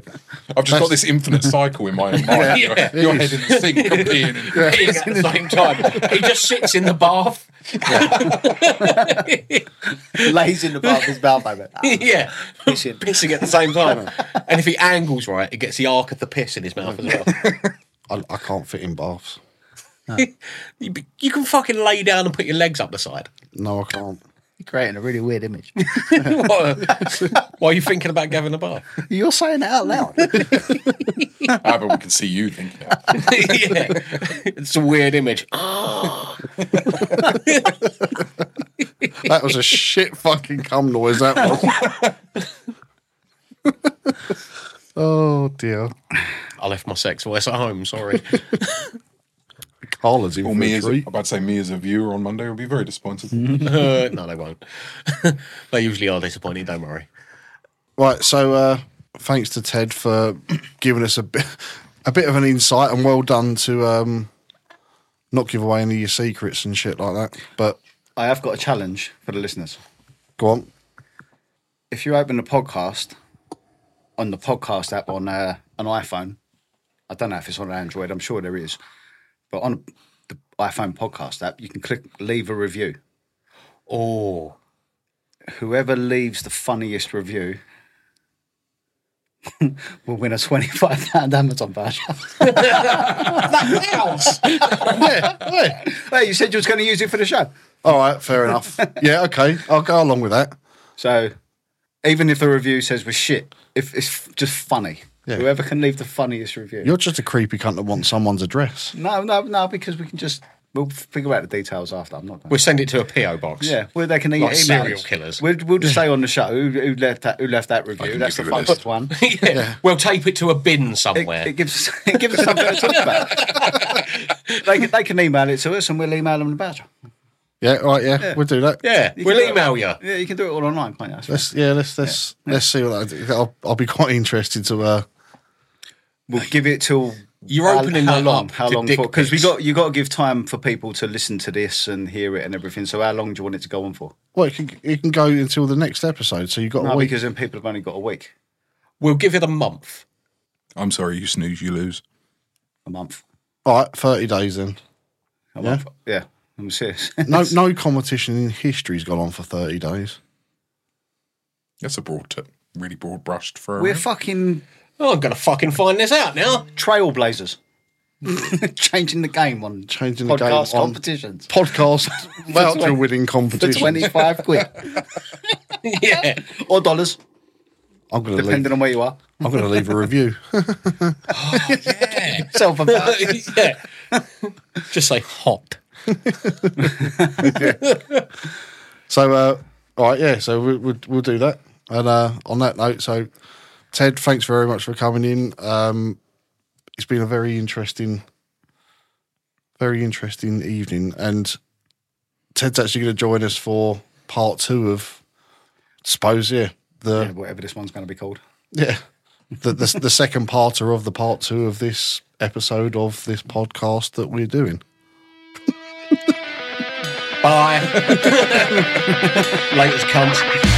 C: I've just got this infinite cycle in my mind. Your-
B: Yeah.
C: Your head in the sink, I'm peeing in the-
B: Peeing at the same time. He just sits in the bath.
D: Lays in the bath his mouth open. Ah,
B: yeah.
D: pissing.
B: Pissing at the same time. and if he angles right, it gets the arc of the piss in his mouth as well.
A: I, I can't fit in baths.
B: you, be- you can fucking lay down and put your legs up the side.
A: No, I can't.
E: Creating a really weird image.
B: Why why are you thinking about Gavin the bath?
E: You're saying that out loud.
C: Ah, but we can see you thinking. it.
B: yeah. It's a weird image. Ah,
A: That was a shit fucking cum noise, that was. oh, dear.
B: I left my sex voice at home, sorry.
A: Carla's in
C: Or
A: for
C: me
A: a
C: as
A: treat.
C: about to say me as a viewer on Monday will be very disappointed.
B: Uh, no, they won't. they usually are disappointed, don't worry.
A: Right, so uh, thanks to Ted for giving us a bit, a bit of an insight, and well done to um, not give away any of your secrets and shit like that. But
D: I have got a challenge for the listeners.
A: go on,
D: If you open the podcast on the podcast app on uh, an iPhone, I don't know if it's on Android, I'm sure there is, but on the iPhone podcast app, you can click leave a review.
B: Oh.
D: Whoever leaves the funniest review will win a £25 Amazon voucher.
B: House.
D: hey, you said you was going to use it for the show.
A: all right, fair enough. yeah, okay, I'll go along with that.
D: So even if the review says we're shit, if it's f- just funny,
A: Yeah.
D: whoever can leave the funniest review.
A: You're just a creepy cunt that wants someone's address.
D: no, no, no, because we can just we'll figure out the details after. I'm not. Going
B: We'll send it to a PO box.
D: yeah, well, they can e-
B: Like
D: email
B: serial
D: us.
B: killers.
D: We'll, we'll just say on the show who, who left that who left that review.
C: can
D: That's the
C: give you a
D: funniest one.
B: yeah. We'll tape it to a bin
D: It,
B: somewhere.
D: it gives us, it gives us something to talk about. they, can, they can email it to us, and we'll email them the badge.
A: Yeah, all right, yeah, we'll do that.
B: yeah,
D: You
B: we'll
D: can do
B: email you.
D: it- Yeah, you can do it all online, can't you? That's
A: Let's yeah, let's let's let's see what I do. I'll, I'll be quite interested to uh
D: We'll give it till
B: You're opening
D: how
B: that
D: long?
B: up
D: How
B: to
D: long
B: dick
D: for? Because we
B: pics.
D: got you got to give time for people to listen to this and hear it and everything. So how long do you want it to go on for?
A: well it can it can go until the next episode. So you've got
D: No,
A: a week.
D: because then people have only got a week,
B: We'll give it a month.
C: I'm sorry, you snooze, you lose.
D: a month,
A: All right, thirty days then.
D: a month. Yeah, I'm serious.
A: No no competition in history's gone on for thirty days.
C: That's a broad, tip, really broad brushed throw.
D: We're fucking
B: Oh, I'm gonna fucking find this out now.
D: trailblazers, changing the game on
A: Changing the game
D: podcast
A: on-
D: competitions
A: podcast voucher winning
D: for
A: competition.
D: twenty five quid
B: yeah.
D: or dollars,
A: I'm gonna leave.
D: depending on where you are.
A: I'm gonna leave a review.
D: Self
B: Oh,
D: about.
B: yeah. Just say hot.
A: so, uh, all right, yeah. So we, we, we'll do that. And uh, on that note, so Ted, thanks very much for coming in. Um, it's been a very interesting, very interesting evening. And Ted's actually going to join us for part two of, suppose, yeah, the
D: Whatever this one's going to be called.
A: Yeah. The, the, the second parter of the part two of this episode of this podcast that we're doing.
B: Bye. Latest comes.